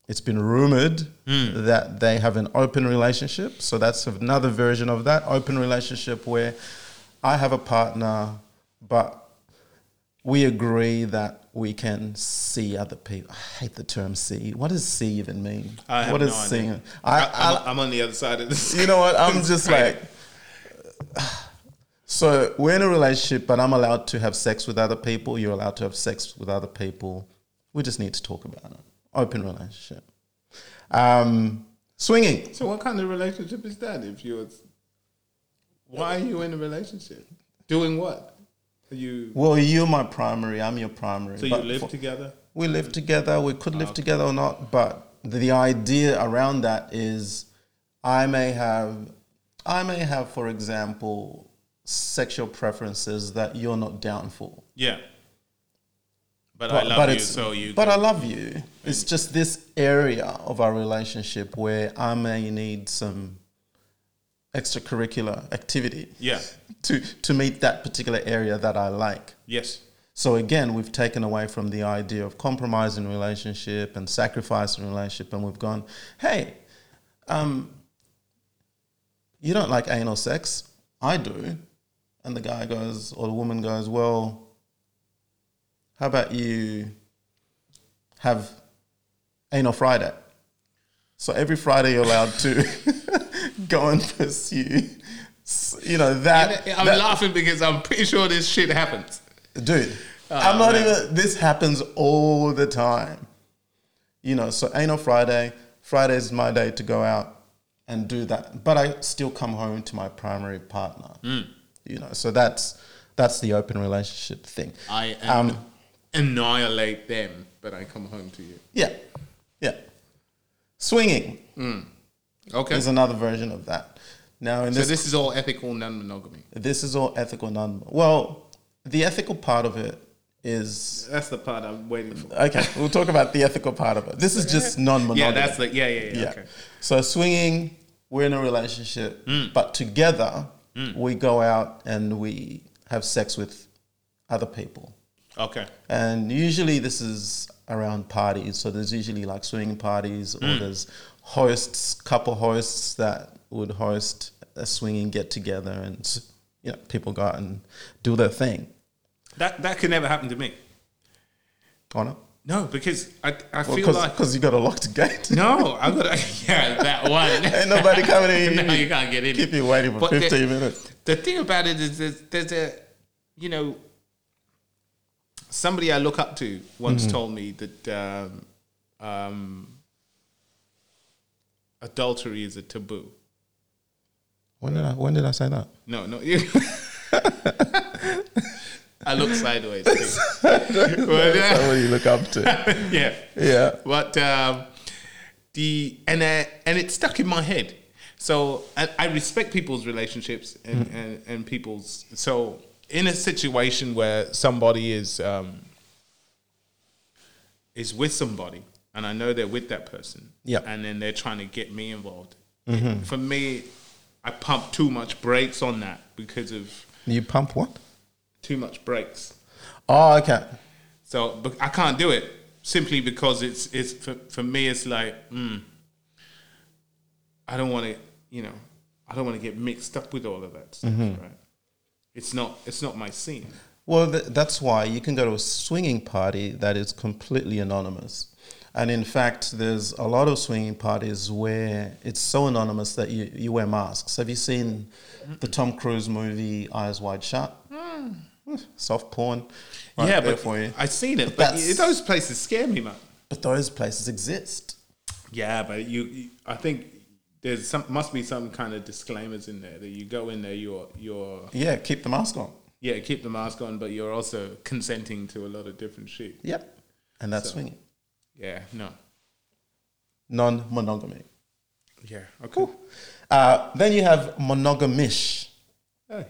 it's been rumored
Hmm.
that they have an open relationship. So that's another version of that open relationship where I have a partner, but we agree that we can see other people. I hate the term see. What does see even mean?
I have
what
no
is seeing?
idea. I,
I, I,
I'm, I'm on the other side of this.
you know what? I'm just like. So we're in a relationship, but I'm allowed to have sex with other people. You're allowed to have sex with other people. We just need to talk about it. Open relationship. Um,
[laughs]
swinging.
So, what kind of relationship is that? If you're, why are you in a relationship? Doing what? Are you?
Well, you're my primary. I'm your primary.
So you
but
live Ah,
for-
together?
we live together. We could live together or not. But the, the idea around that is, I may have, I may have, for example, sexual preferences that you're not down for.
Yeah. But, I
But,
love
but
you,
it's,
so you.
But I love you. It's just this area of our relationship where I may need some extracurricular activity
yeah.
to to meet that particular area that I like.
Yes.
So again, we've taken away from the idea of compromise in relationship and sacrifice in relationship, and we've gone, hey, um, you don't like anal sex, I do, and the guy goes or the woman goes, well, how about you have anal Friday? So every Friday you're allowed to [laughs] go and pursue, s- you know that.
I'm
that-
laughing because I'm pretty sure this shit happens.
dude. I'm
Oh,
not
man.
even. This happens all the time. You know, so anal Friday. Friday's my day to go out and do that, but I still come home to my primary partner.
Mm.
You know, so that's that's the open relationship thing.
I am
Um,
annihilate them, but I come home to you.
yeah, yeah. Swinging
Okay.
is another version of that. Now, in
So
this,
this is all ethical non-monogamy.
this is all ethical, non. Well, the ethical part of it is
That's the part I'm waiting for.
okay. We'll talk about the ethical part of it. This is just
[laughs]
non-monogamy.
Yeah, that's the yeah, yeah, yeah.
Yeah.
Okay.
So swinging, we're in a relationship,
Mm.
but together we go out and we have sex with other people.
Okay.
And usually this is around parties. So there's usually like swinging parties or
Mm.
there's hosts, couple hosts that would host a swinging get together and you know, people go out and do their thing.
That that could never happen to me.
Connor?
No, because I, I feel
Because
like
you got a locked gate.
[laughs] no, I got to yeah that one.
[laughs] Ain't nobody coming in.
[laughs] no, you can't get in.
Keep you waiting for
But the-
15 minutes.
the thing about it is there's, there's a you know somebody i look up to once told me that um, um, adultery is a taboo
When did I, when did I say that?
no [laughs] no you i look sideways too. [laughs] But, uh,
Somebody you look up to.
yeah
Yeah.
but um, the and uh, and it stuck in my head. So I, I respect people's relationships and, and, and people's. So in a situation where somebody is um, is with somebody, and I know they're with that person,
Yep.
and then they're trying to get me involved. For me, I pump too much brakes on that because of
You pump what?
too much brakes.
Oh, okay.
So but I can't do it simply because it's it's for, for me it's like mm, I don't want to you know I don't want to get mixed up with all of that stuff right it's not it's not my scene
Well, th- that's why you can go to a swinging party that is completely anonymous. And in fact, there's a lot of swinging parties where it's so anonymous that you, you wear masks. Have you seen the Tom Cruise movie Eyes Wide Shut? [sighs] Soft porn. right
Hmm. yeah
there
but
for you.
I've seen it but
that's-
those places scare me man
But those places exist.
yeah but you, you I think there's some must be some kind of disclaimers in there that you go in there you're you're
Yeah, keep the mask on.
yeah keep the mask on but you're also consenting to a lot of different shit
Yep. And that's swinging.
yeah no
Non monogamy.
yeah okay
Uh, then you have monogamish.
Hey.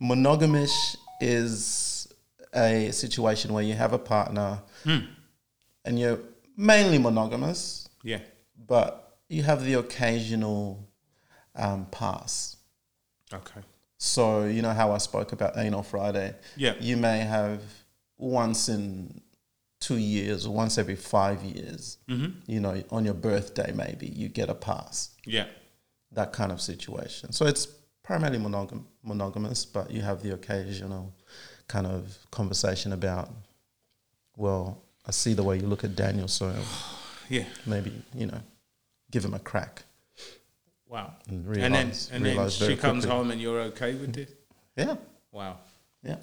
Monogamish is a situation where you have a partner and you're mainly monogamous,
yeah
but you have the occasional um, pass.
okay
So, you know how I spoke about Anal Friday?
Yeah.
You may have once in two years or once every five years, you know, on your birthday, maybe you get a pass.
yeah
that kind of situation. So it's primarily monogam- monogamous, but you have the occasional kind of conversation about, well, I see the way you look at Daniel, so
yeah
maybe, you know, give him a crack.
Wow.
And
and then,
realise-
and then
realise
she
very
comes
quickly.
home and you're okay with it.
Yeah,
Wow.
yeah.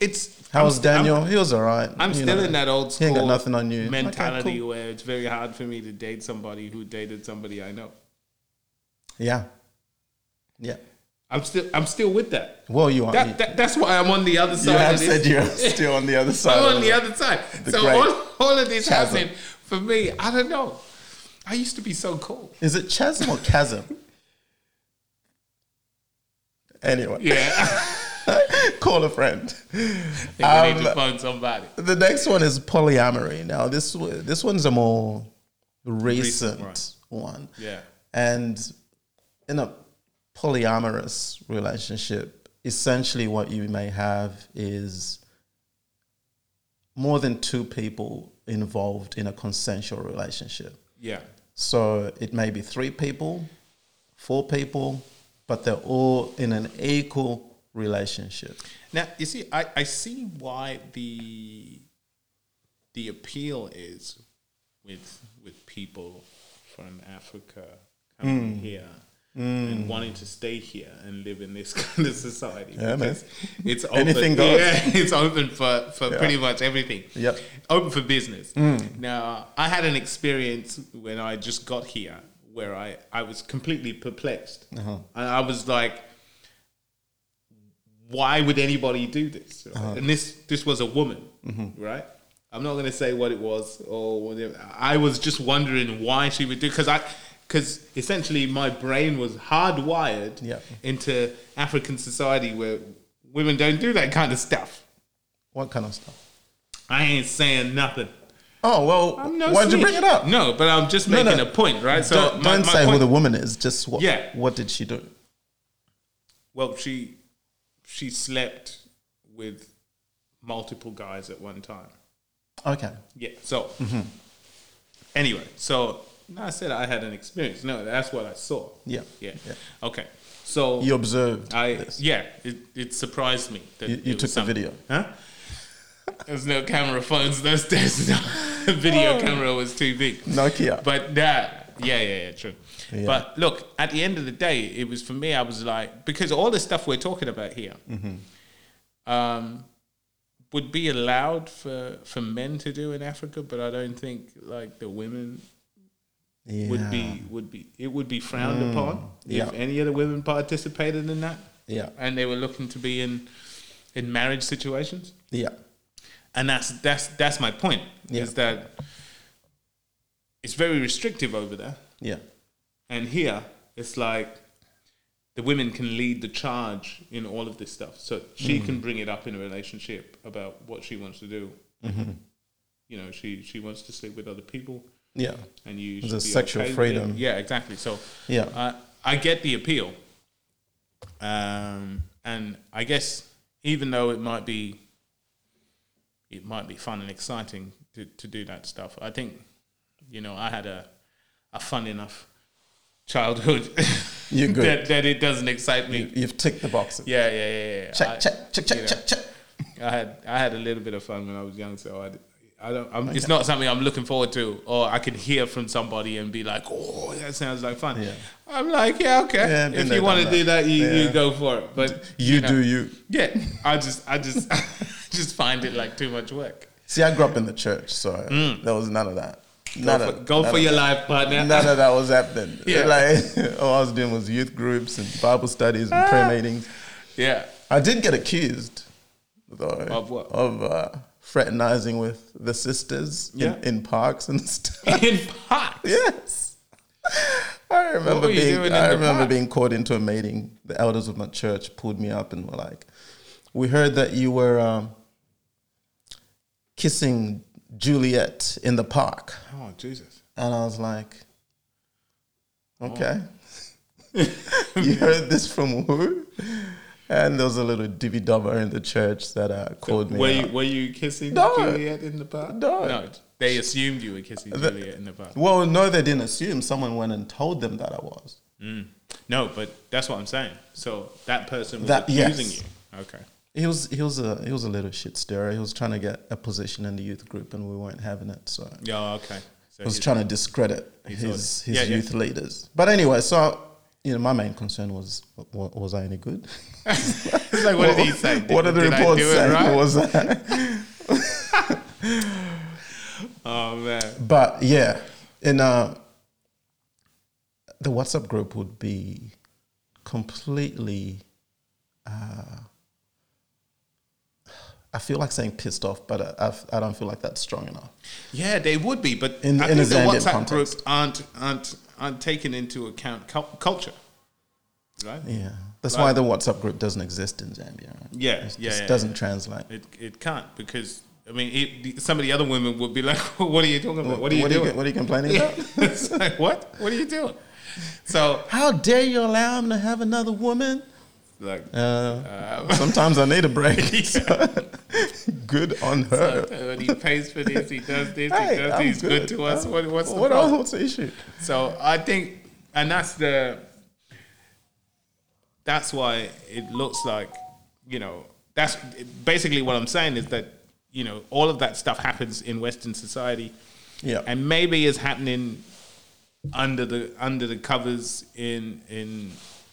It's
How
I'm-
was Daniel? he was all right.
I'm, I'm
you
still
know.
in that old
He
school
ain't got nothing on you. Okay,
mentality
cool.
where it's very hard for me to date somebody who dated somebody I know.
Yeah. Yeah.
I'm still I'm still with that.
Well, you are.
That, that that's why I'm on the other
you
side.
have
of this.
said you're
[laughs]
still on the other side.
I'm on
of
the
it.
other side.
The
so
great
all, all of this
chasm.
happened for me. I don't know. I used to be so cool.
Is it chasm or chasm? anyway.
Yeah.
[laughs] Call a friend.
[laughs] I think we
Um,
need to phone somebody.
The next one is polyamory. Now this w- this one's a more
Recent,
recent,
right.
one,
Yeah.
and in a polyamorous relationship, essentially what you may have is more than two people involved in a consensual relationship.
Yeah.
So it may be three people, four people, but they're all in an equal relationship.
Now you see, I, I see why the the appeal is with with people from Africa
Hmm.
coming here and wanting to stay here and live in this [laughs] kind of society.
Yeah, man.
because It's open.
Anything goes.
Yeah, [laughs] it's open for, for pretty much everything.
Yep. Hmm.
Open for business. Now I had an experience when I just got here where I, I was completely perplexed.
Uh-huh.
And I was like why would anybody do this? right?
Uh-huh.
And this this was a woman,
Mm-hmm.
right? I'm not going to say what it was or whatever. I was just wondering why she would do because I because essentially my brain was hardwired
Yeah.
into African society where women don't do that kind of stuff.
What kind of stuff?
I ain't saying nothing.
Oh well,
I'm no
why'd you
snitch.
bring it up?
No, but I'm just
No,
making
no.
a point, right? So
don't
my-
don't
my
say who
point-
the woman is. Just what?
Yeah.
What did she do?
well she she slept with multiple guys at one time.
Okay.
Yeah. So anyway, so no, I said I had an experience. No, that's what I saw.
Yeah.
Yeah.
Yeah.
Okay. So
You observed.
I
this.
yeah, it, it surprised me that
You- you
it was
took the
something-
video.
Huh? There's no [laughs] camera phones those days. No. video camera was too big.
Nokia.
But that, yeah, yeah, yeah, true.
Yeah.
But look, at the end of the day, it was for me. I was like, because all the stuff we're talking about here
Mm-hmm.
um, would be allowed for for men to do in Africa, but I don't think like the women
Yeah. Mm.
would be would be it would be frowned upon
yeah.
if any of the women participated in that.
Yeah.
and they were looking to be in in marriage situations
Yeah.
and that's that's that's my point
Yeah.
is that it's very restrictive over there
Yeah.
and here it's like the women can lead the charge in all of this stuff so she can bring it up in a relationship about what she wants to do you know she she wants to sleep with other people
Yeah.
and you
There's
should
a
be
sexual
okay with it.
freedom.
yeah exactly so
Yeah.
uh, I get the appeal. Um, and I guess even though it might be it might be fun and exciting to, to do that stuff, I think, you know, I had a, a fun enough childhood
You're
[laughs]
good.
that, that it doesn't excite me.
You've ticked the boxes.
Yeah, yeah, yeah, yeah.
Check,
I,
check, check, check,
you know.
check, check.
I had I had a little bit of fun when I was young, so I, I don't. I'm, It's not something I'm looking forward to, or I can hear from somebody and be like, "Oh, that sounds like fun."
Yeah.
I'm like, "Yeah, okay.
Yeah, been
if
there,
you want to
done
do
that.
that, you,
Yeah.
you go for it." But
You,
know,
do you.
Yeah, I just I just [laughs] just find it like too much work.
See, I grew up in the church, so there was none of that.
Mm.
None
Go
of,
for, go
none
for
of
your
that.
life, partner.
None of that was happening.
[laughs] Yeah.
Like [laughs] all I was doing was youth groups and Bible studies and
Ah.
prayer meetings.
yeah, [laughs]
I did get accused, though,
Of what?
Of uh, fraternizing with the sisters
Yeah.
in, in parks and [laughs] stuff.
in part.
yes. I remember
were you
being
doing in
I
the
remember
park?
being called into a meeting. The elders of my church pulled me up and were like, "We heard that you were um, kissing Juliet in the park,"
Oh Jesus!
and I was like,
Oh.
"Okay, [laughs] you heard this from who?" And there was a little divvy dummer in the church that uh, called me.
Were
out.
you were you kissing
No.
Juliet in the park?
No.
they assumed you were kissing Juliet in the park.
Well, no, they didn't assume. Someone went and told them that I was.
Mm. No, but that's what I'm saying. So that person was
That-
accusing
yes.
you. Okay.
He was he was a he was a little shit stirrer. He was trying to get a position in the youth group, and we weren't having it. So he
Yeah. Okay. So
was
he's-
trying to discredit his
thought-
his
Yeah, yeah.
youth leaders. But anyway, so you know, my main concern was wa- was I any good?
it's like, what did
[laughs]
he say?
What did the
I
reports
do it
say?
right?
Was I-
Oh man.
But yeah, in uh, the WhatsApp group would be completely. Uh, I feel like saying pissed off, but I, I've- I don't feel like that's strong enough.
Yeah, they would be, but
In-
I
in a
think the
Zambian
WhatsApp
context.
groups aren't aren't aren't taking into account cul- culture, right?
Yeah, that's
Like-
why the WhatsApp group doesn't exist in Zambia. Right?
Yeah,
it just
yeah, yeah,
doesn't translate.
It it can't because I mean, it, the- some of the other women would be like, [laughs] "What are you talking about? What are you
what,
doing?
what are you
[laughs]
complaining about?
it's like, what? What are you doing?" So
How dare you allow him to have another woman?
like, um, [laughs]
Uh, sometimes I need a break. good on her.
when Uh, he pays for this, he does this, he
Hey,
does
I'm
this, he's good, to us.
I'm-
What, what's the
what
problem?
what's the issue?
So I think, and that's the, that's why it looks like, you know, that's basically what I'm saying is that, you know, all of that stuff happens in Western society
Yeah,
and maybe is happening under the, under the covers in, in,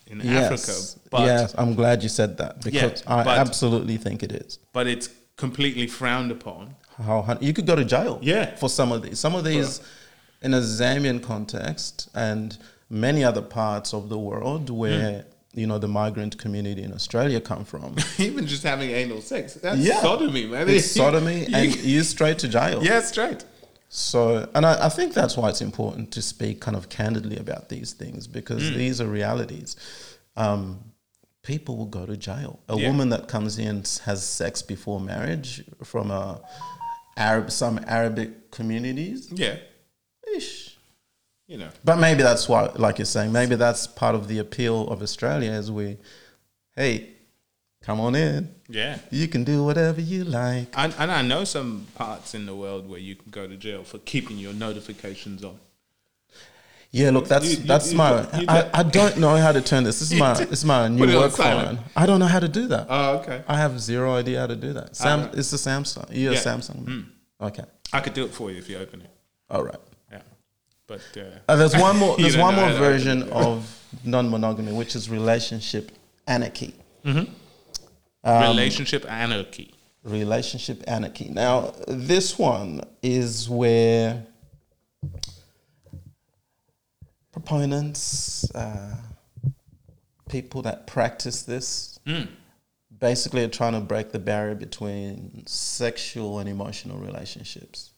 in
yes.
Africa, but,
yes, I'm glad you said that because I
but-
absolutely think it is.
but it's completely frowned upon.
How hun- you could go to jail?
Yeah.
for some of these. Some of these, in a Zambian context, and many other parts of the world where
Hmm.
you know the migrant community in Australia come
[laughs]
from.
Even just having anal sex, that's
Yeah.
sodomy, man.
It's
[laughs]
sodomy, and you straight to jail.
yeah, straight.
So, and I, I think that's why it's important to speak kind of candidly about these things because these are realities. Um, people will go to jail. A
Yeah.
woman that comes in has sex before marriage from a Arab, some Arabic communities.
Yeah,
Ish.
you know.
But maybe that's why, like you're saying, maybe that's part of the appeal of Australia is we, hey, come on in.
Yeah.
You can do whatever you like.
And, and I know some parts in the world where you can go to jail for keeping your notifications on.
Yeah, look, that's
You- you-
that's
you
my.
do- you
I,
do-
I don't know how to turn this. This is
[laughs]
my this is my new
Put it on
work
silent.
phone. I don't know how to do that.
Oh, okay.
I have zero idea how to do that. Sam,
Uh-huh.
it's a Samsung. You're a
Yeah. Hmm.
Samsung. man. Okay.
I could do it for you if you open it.
All right.
Yeah. But uh,
Uh, there's
[laughs]
one more.
You
There's
don't
one
know
more
how to
version of non-monogamy, which is relationship anarchy. um,
relationship anarchy.
Relationship anarchy. Now, this one is where proponents, uh, people that practice this, basically are trying to break the barrier between sexual and emotional relationships.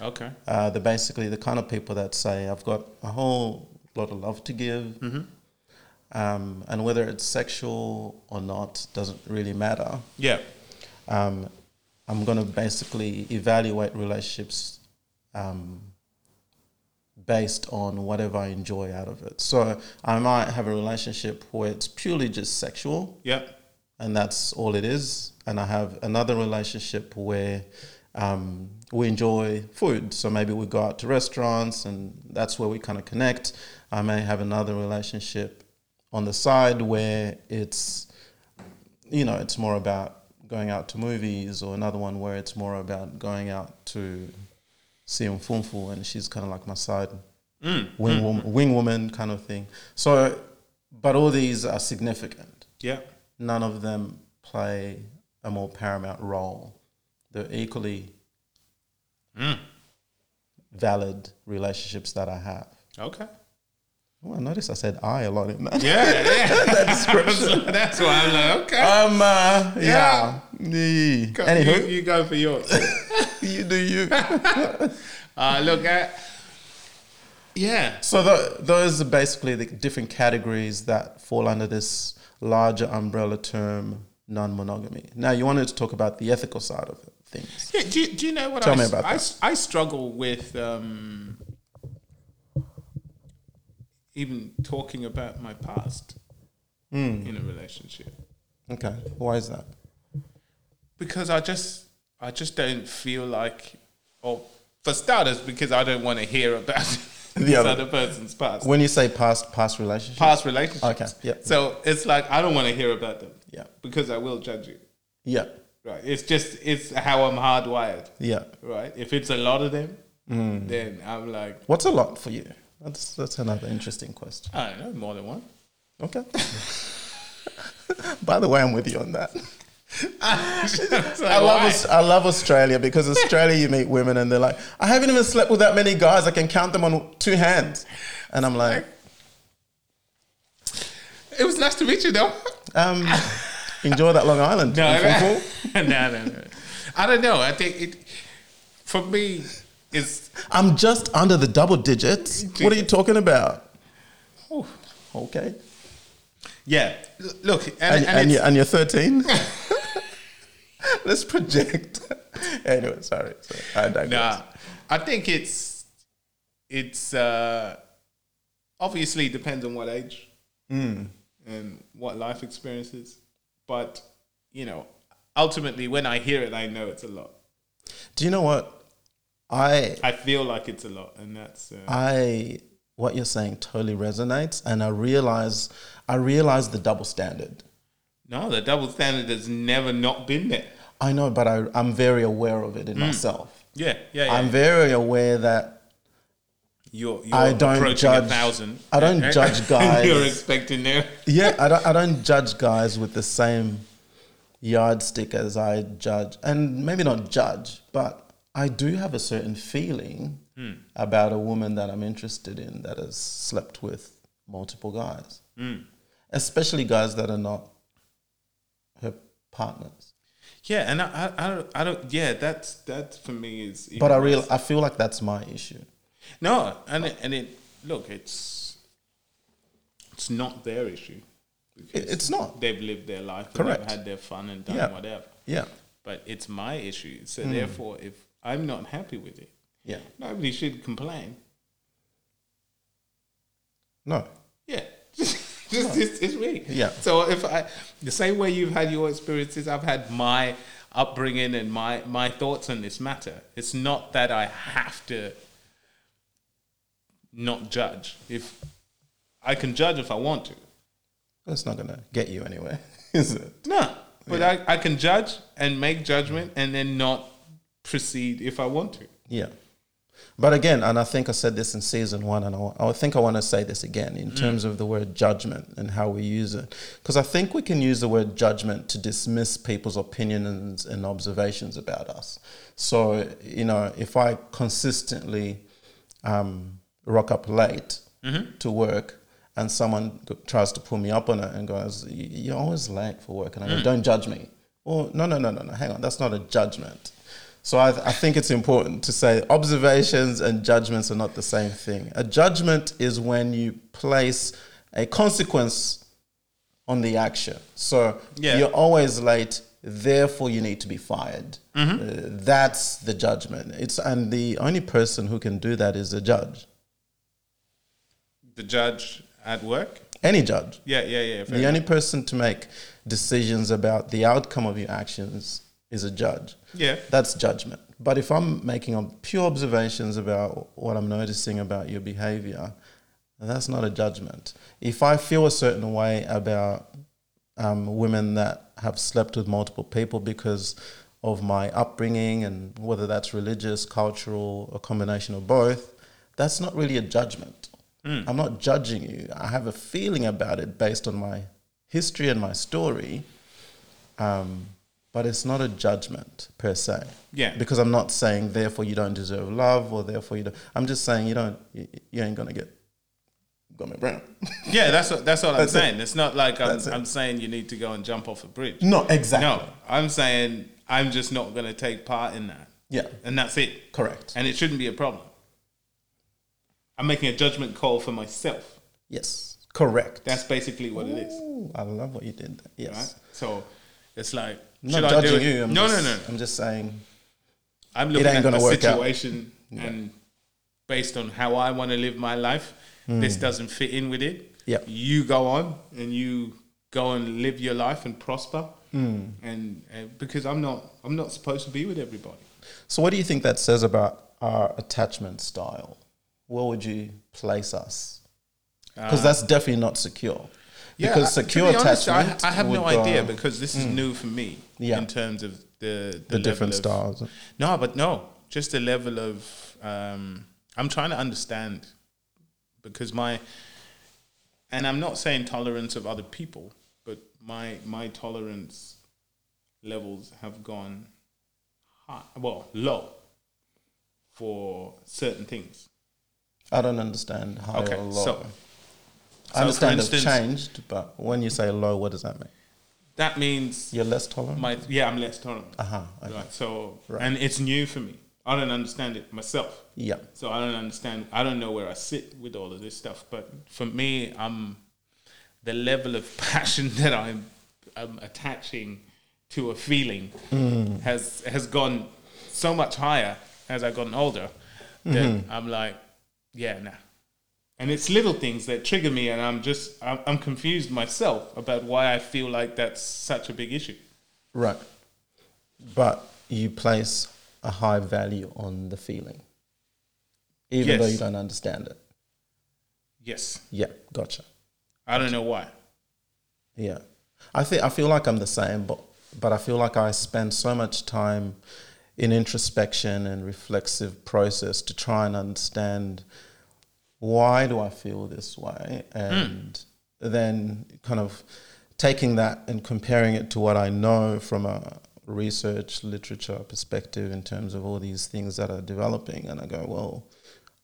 Okay.
Uh, they're basically the kind of people that say, I've got a whole lot of love to give. Um, and whether it's sexual or not doesn't really matter.
Yeah.
Um, I'm going to basically evaluate relationships um, based on whatever I enjoy out of it. So I might have a relationship where it's purely just sexual
Yeah.
and that's all it is. And I have another relationship where um, we enjoy food. So maybe we go out to restaurants and that's where we kind of connect. I may have another relationship on the side where it's, you know, it's more about going out to movies, or another one where it's more about going out to see Mfumfu and she's kind of like my side wing, woman, wing woman kind of thing. So, but all these are significant
Yeah.
none of them play a more paramount role. They're equally Mm. valid relationships that I have.
Okay.
Oh, I noticed I said I a lot in that. [laughs]
Yeah. [laughs] yeah. That's why I'm like, okay.
Um, uh, yeah. Yeah.
Go-
Anywho,
You, you go for yours.
you do you.
uh, look at. Yeah.
[laughs] So tho- those are basically the different categories that fall under this larger umbrella term, non-monogamy. Now you wanted to talk about the ethical side of things.
Yeah, do, you- do you know what
Tell
I,
me
s-
about
I
that.
s- I struggle with um, even talking about my past
Hmm.
in a relationship
Okay, why is that?
because I just I just don't feel like or for starters because I don't want to hear
[laughs]
about this
other-
other person's past
When you say past past relationships,
past relationships.
Okay, yeah.
So it's like I don't want to hear about them.
Yeah.
Because I will judge you.
yeah,
Right. It's just it's how I'm hardwired.
yeah.
Right. If it's a lot of them,
Hmm.
then I'm like
What's a lot for you? That's that's another interesting question.
I don't know, more than one. [laughs]
Okay. [laughs] By the way, I'm with you on that. I love Aus- I love Australia because Australia you meet women and they're like, I haven't even slept with that many guys. I can count them on two hands, and I'm like,
it. was nice to meet you, [laughs] though.
um, enjoy that Long Island.
No,
you
I,
fool.
Oh, no, [laughs] no, no. I don't know. I think it for me is
I'm just under the double digits. What are you talking about?
oh,
Okay,
yeah. L- Look, and,
and
and,
and,
it's,
you're, and you're
[laughs]
13. [laughs] Let's project. [laughs] anyway, sorry, sorry. I digress.
nah, I think it's it's uh, obviously depends on what age and what life experiences, but you know, ultimately, when I hear it, I know it's a lot.
Do you know what? I
I feel like it's a lot, and that's uh,
I what you're saying totally resonates and I realize I realize the double standard.
no, the double standard has never not been there.
I know, but I, I'm very aware of it in myself.
Yeah, yeah, yeah.
I'm very aware that
you're, you're
I don't
approaching
judge-
a thousand.
I don't
And-
judge
and [laughs]
guys.
you're expecting them.
yeah, I don't I don't judge guys with the same yardstick as I judge and maybe not judge, but I do have a certain feeling about a woman that I'm interested in that has slept with multiple guys. Especially guys that are not her partners.
Yeah, and I, I, I don't, I don't. Yeah, that's that for me is. even
But I
worse.
real I feel like that's my issue.
no, and it, and it look, it's it's not their issue.
I- It's not.
They've lived their life, And
Correct.
they've had their fun and done
Yeah.
whatever.
Yeah.
But it's my issue. So therefore, if I'm not happy with it,
Yeah.
nobody should complain.
No.
Yeah. [laughs] Just, it's, it's me.
Yeah.
So if I, the same way you've had your experiences, I've had my upbringing and my, my thoughts on this matter. It's not that I have to not judge. If I can judge if I want to.
That's not gonna get you anywhere, [laughs] is it?
No. But I, I can judge and make judgment and then not proceed if I want to.
Yeah. But again, and I think I said this in season one, and I, wa- I think I want to say this again in terms of the word judgment and how we use it. Because I think we can use the word judgment to dismiss people's opinions and observations about us. So, you know, if I consistently um, rock up late to work and someone g- tries to pull me up on it and goes, "Y- You're always late for work. And I go, Don't judge me. Or, No, no, no, no, no, hang on. That's not a judgment. So I, I think it's important to say observations and judgments are not the same thing. A judgment is when you place a consequence on the action. So
Yeah.
you're always late, therefore you need to be fired. Uh, that's the judgment. It's and the only person who can do that is a judge.
The judge at work.
Any judge.
Yeah, yeah, yeah. fair
The
enough.
only person to make decisions about the outcome of your actions is a judge.
Yeah.
That's judgment. But if I'm making ob- pure observations about what I'm noticing about your behavior, that's not a judgment. If I feel a certain way about um, women that have slept with multiple people because of my upbringing and whether that's religious, cultural, a combination of both, that's not really a judgment.
Hmm.
I'm not judging you. I have a feeling about it based on my history and my story. Um, but it's not a judgment per se.
Yeah.
Because I'm not saying therefore you don't deserve love or therefore you don't. I'm just saying you don't. You, you ain't gonna get Gomer Brown. [laughs]
Yeah, that's what that's what I'm
That's it.
saying. It's not like I'm,
That's it.
I'm saying you need to go and jump off a bridge.
no, exactly.
No, I'm saying I'm just not going to take part in that,
Yeah.
and that's it.
Correct.
And it shouldn't be a problem. I'm making a judgment call for myself.
Yes. Correct.
That's basically what it is.
Ooh, I love what you did there. Yes.
Right? So it's like,
I'm
should
not
I do
judging
it?
you. I'm
no,
just,
no, no.
I'm just saying.
I'm looking
ain't
at
gonna
the
work out.
situation and based on how I want to live my life, this doesn't fit in with it.
Hmm. Yep.
You go on and you go and live your life and prosper.
Hmm.
And, and because I'm not, I'm not supposed to be with everybody.
So, what do you think that says about our attachment style? Where would you place us? Because that's definitely not secure. because
Uh, I- to
secure
be honest, I-
attachment.
I, have no
would go-
idea because this is new for me
Yeah.
in terms of the
the different
level of-
styles.
No, but no, just the level of um, I'm trying to understand because my and I'm not saying tolerance of other people, but my my tolerance levels have gone high, well low for certain things.
I don't understand high
Okay,
or low.
so
I understand
so for instance-
it's changed, but when you say low, what does that mean?
that means
You're less tolerant.
my yeah I'm less tolerant.
uh huh. Okay.
Right. So
Right.
and it's new for me. I don't understand it myself.
Yeah.
So I don't understand. I don't know where I sit with all of this stuff. But for me, I'm the level of [laughs] passion that I'm, I'm attaching to a feeling
Mm.
has has gone so much higher as I've gotten older that
Mm-hmm.
I'm like, yeah, nah. And it's little things that trigger me, and I'm just I'm, I'm confused myself about why I feel like that's such a big issue.
Right. But you place a high value on the feeling, even though
Yes.
you don't understand it.
Yes,
Yeah, gotcha.
I don't know why. [laughs]
Yeah, I think I feel like I'm the same, but but I feel like I spend so much time in introspection and reflexive process to try and understand why do I feel this way, and then kind of taking that and comparing it to what I know from a research literature perspective in terms of all these things that are developing, and I go well.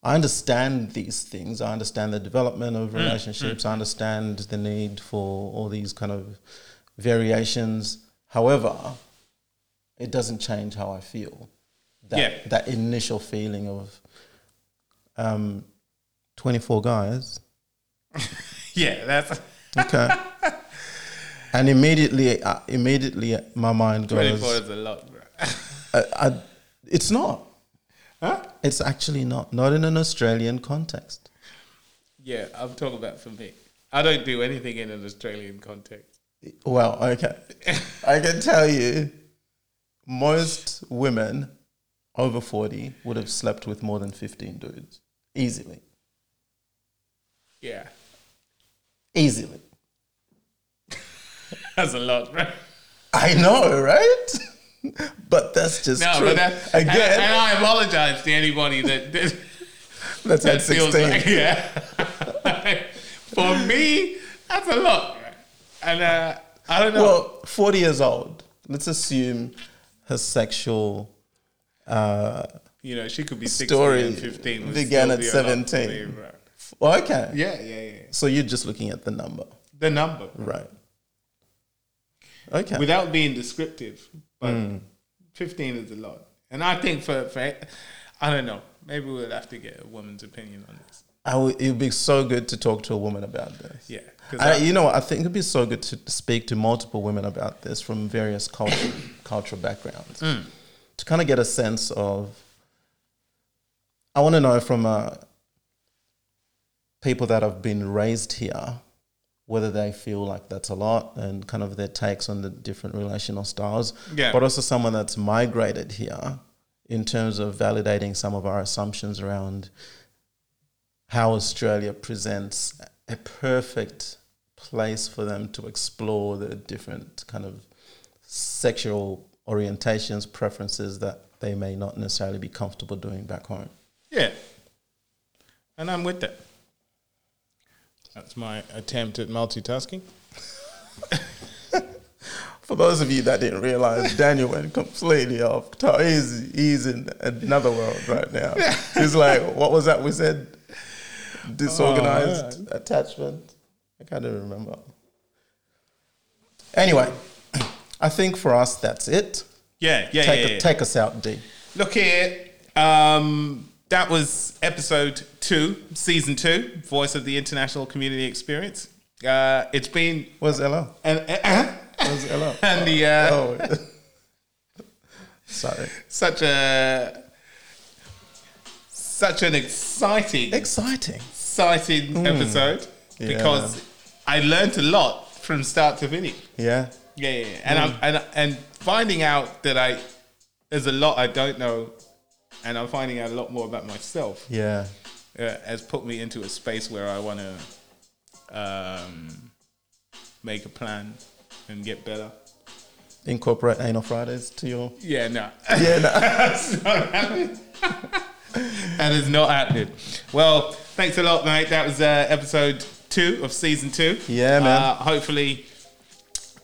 I understand these things. I understand the development of
Mm,
relationships. I understand the need for all these kind of variations. However, it doesn't change how I feel. That,
Yeah.
that initial feeling of um, 24 guys.
Yeah,
[laughs]
that's
Okay.
[laughs]
and immediately, uh, immediately my mind
twenty
goes,
four is a lot, bro.
I, I, it's not.
huh?
It's actually not. Not in an Australian context.
[laughs] Yeah, I'm talking about for me. I don't do anything in an Australian context.
Well, okay. I can tell you, most women over 40 would have slept with more than 15 dudes easily.
Yeah, [laughs]
Easily.
that's a lot, right?
I know, right? [laughs] But that's
[laughs]
just
No,
true.
but that,
[laughs] Again,
And, and I apologize to anybody that [laughs] that,
that's
that
at
feels [laughs]
16.
like yeah. For me, that's a lot, and uh, I don't know.
well, 40 years old. Let's assume her sexual uh,
you know, she could be sixteen
story
and fifteen. would
began
still
at
be a lot to me,
17.
right.
Well, okay.
Yeah, yeah, yeah.
So you're just looking at the number,
The number,
right? Okay.
without being descriptive, but
Hmm.
fifteen is a lot, and I think for for, I don't know. Maybe we'll have to get a woman's opinion on this.
I would, it'd be so good to talk to a woman about this.
Yeah, 'cause
I,
I-
you know, I think it'd be so good to speak to multiple women about this from various culture, [coughs] cultural backgrounds to kind of get a sense of. I want to know from uh, people that have been raised here whether they feel like that's a lot and kind of their takes on the different relational styles,
Yeah.
but also someone that's migrated here in terms of validating some of our assumptions around how Australia presents a perfect place for them to explore the different kind of sexual orientations, preferences that they may not necessarily be comfortable doing back home.
Yeah. And I'm with that. That's my attempt at multitasking.
For those of you that didn't realize, Daniel went completely off. to- He's, he's in another world
[laughs]
right now. He's like, what was that we said? Disorganized
Oh,
attachment. I can't even remember. Anyway, I think for us, that's it.
Yeah, yeah,
Take,
yeah. yeah.
take us out, D.
Look here. Um, that was episode two, season two, Voice of the International Community Experience. Uh, it's been
Where's Ella?
and
Where's Ella?
[laughs] and the uh,
Oh. [laughs] Sorry.
such a such an exciting
Exciting.
exciting episode
Yeah.
because I learned a lot from start to finish.
Yeah.
Yeah, yeah, yeah. Hmm. and I'm and and finding out that I there's a lot I don't know, and I'm finding out a lot more about myself
Yeah.
uh, has put me into a space where I want to um, make a plan and get better.
Incorporate Anal Fridays
[laughs]
to your.
Yeah, no,
Yeah,
[laughs]
no.
that's not happening. that is not happening. Well, thanks a lot, mate. That was uh, episode two of season two.
Yeah, man.
Uh, hopefully,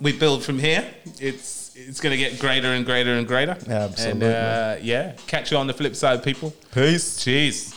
we build from here. It's it's going to get greater and greater and greater.
Absolutely.
And, uh, yeah. Catch you on the flip side, people.
Peace.
Cheers.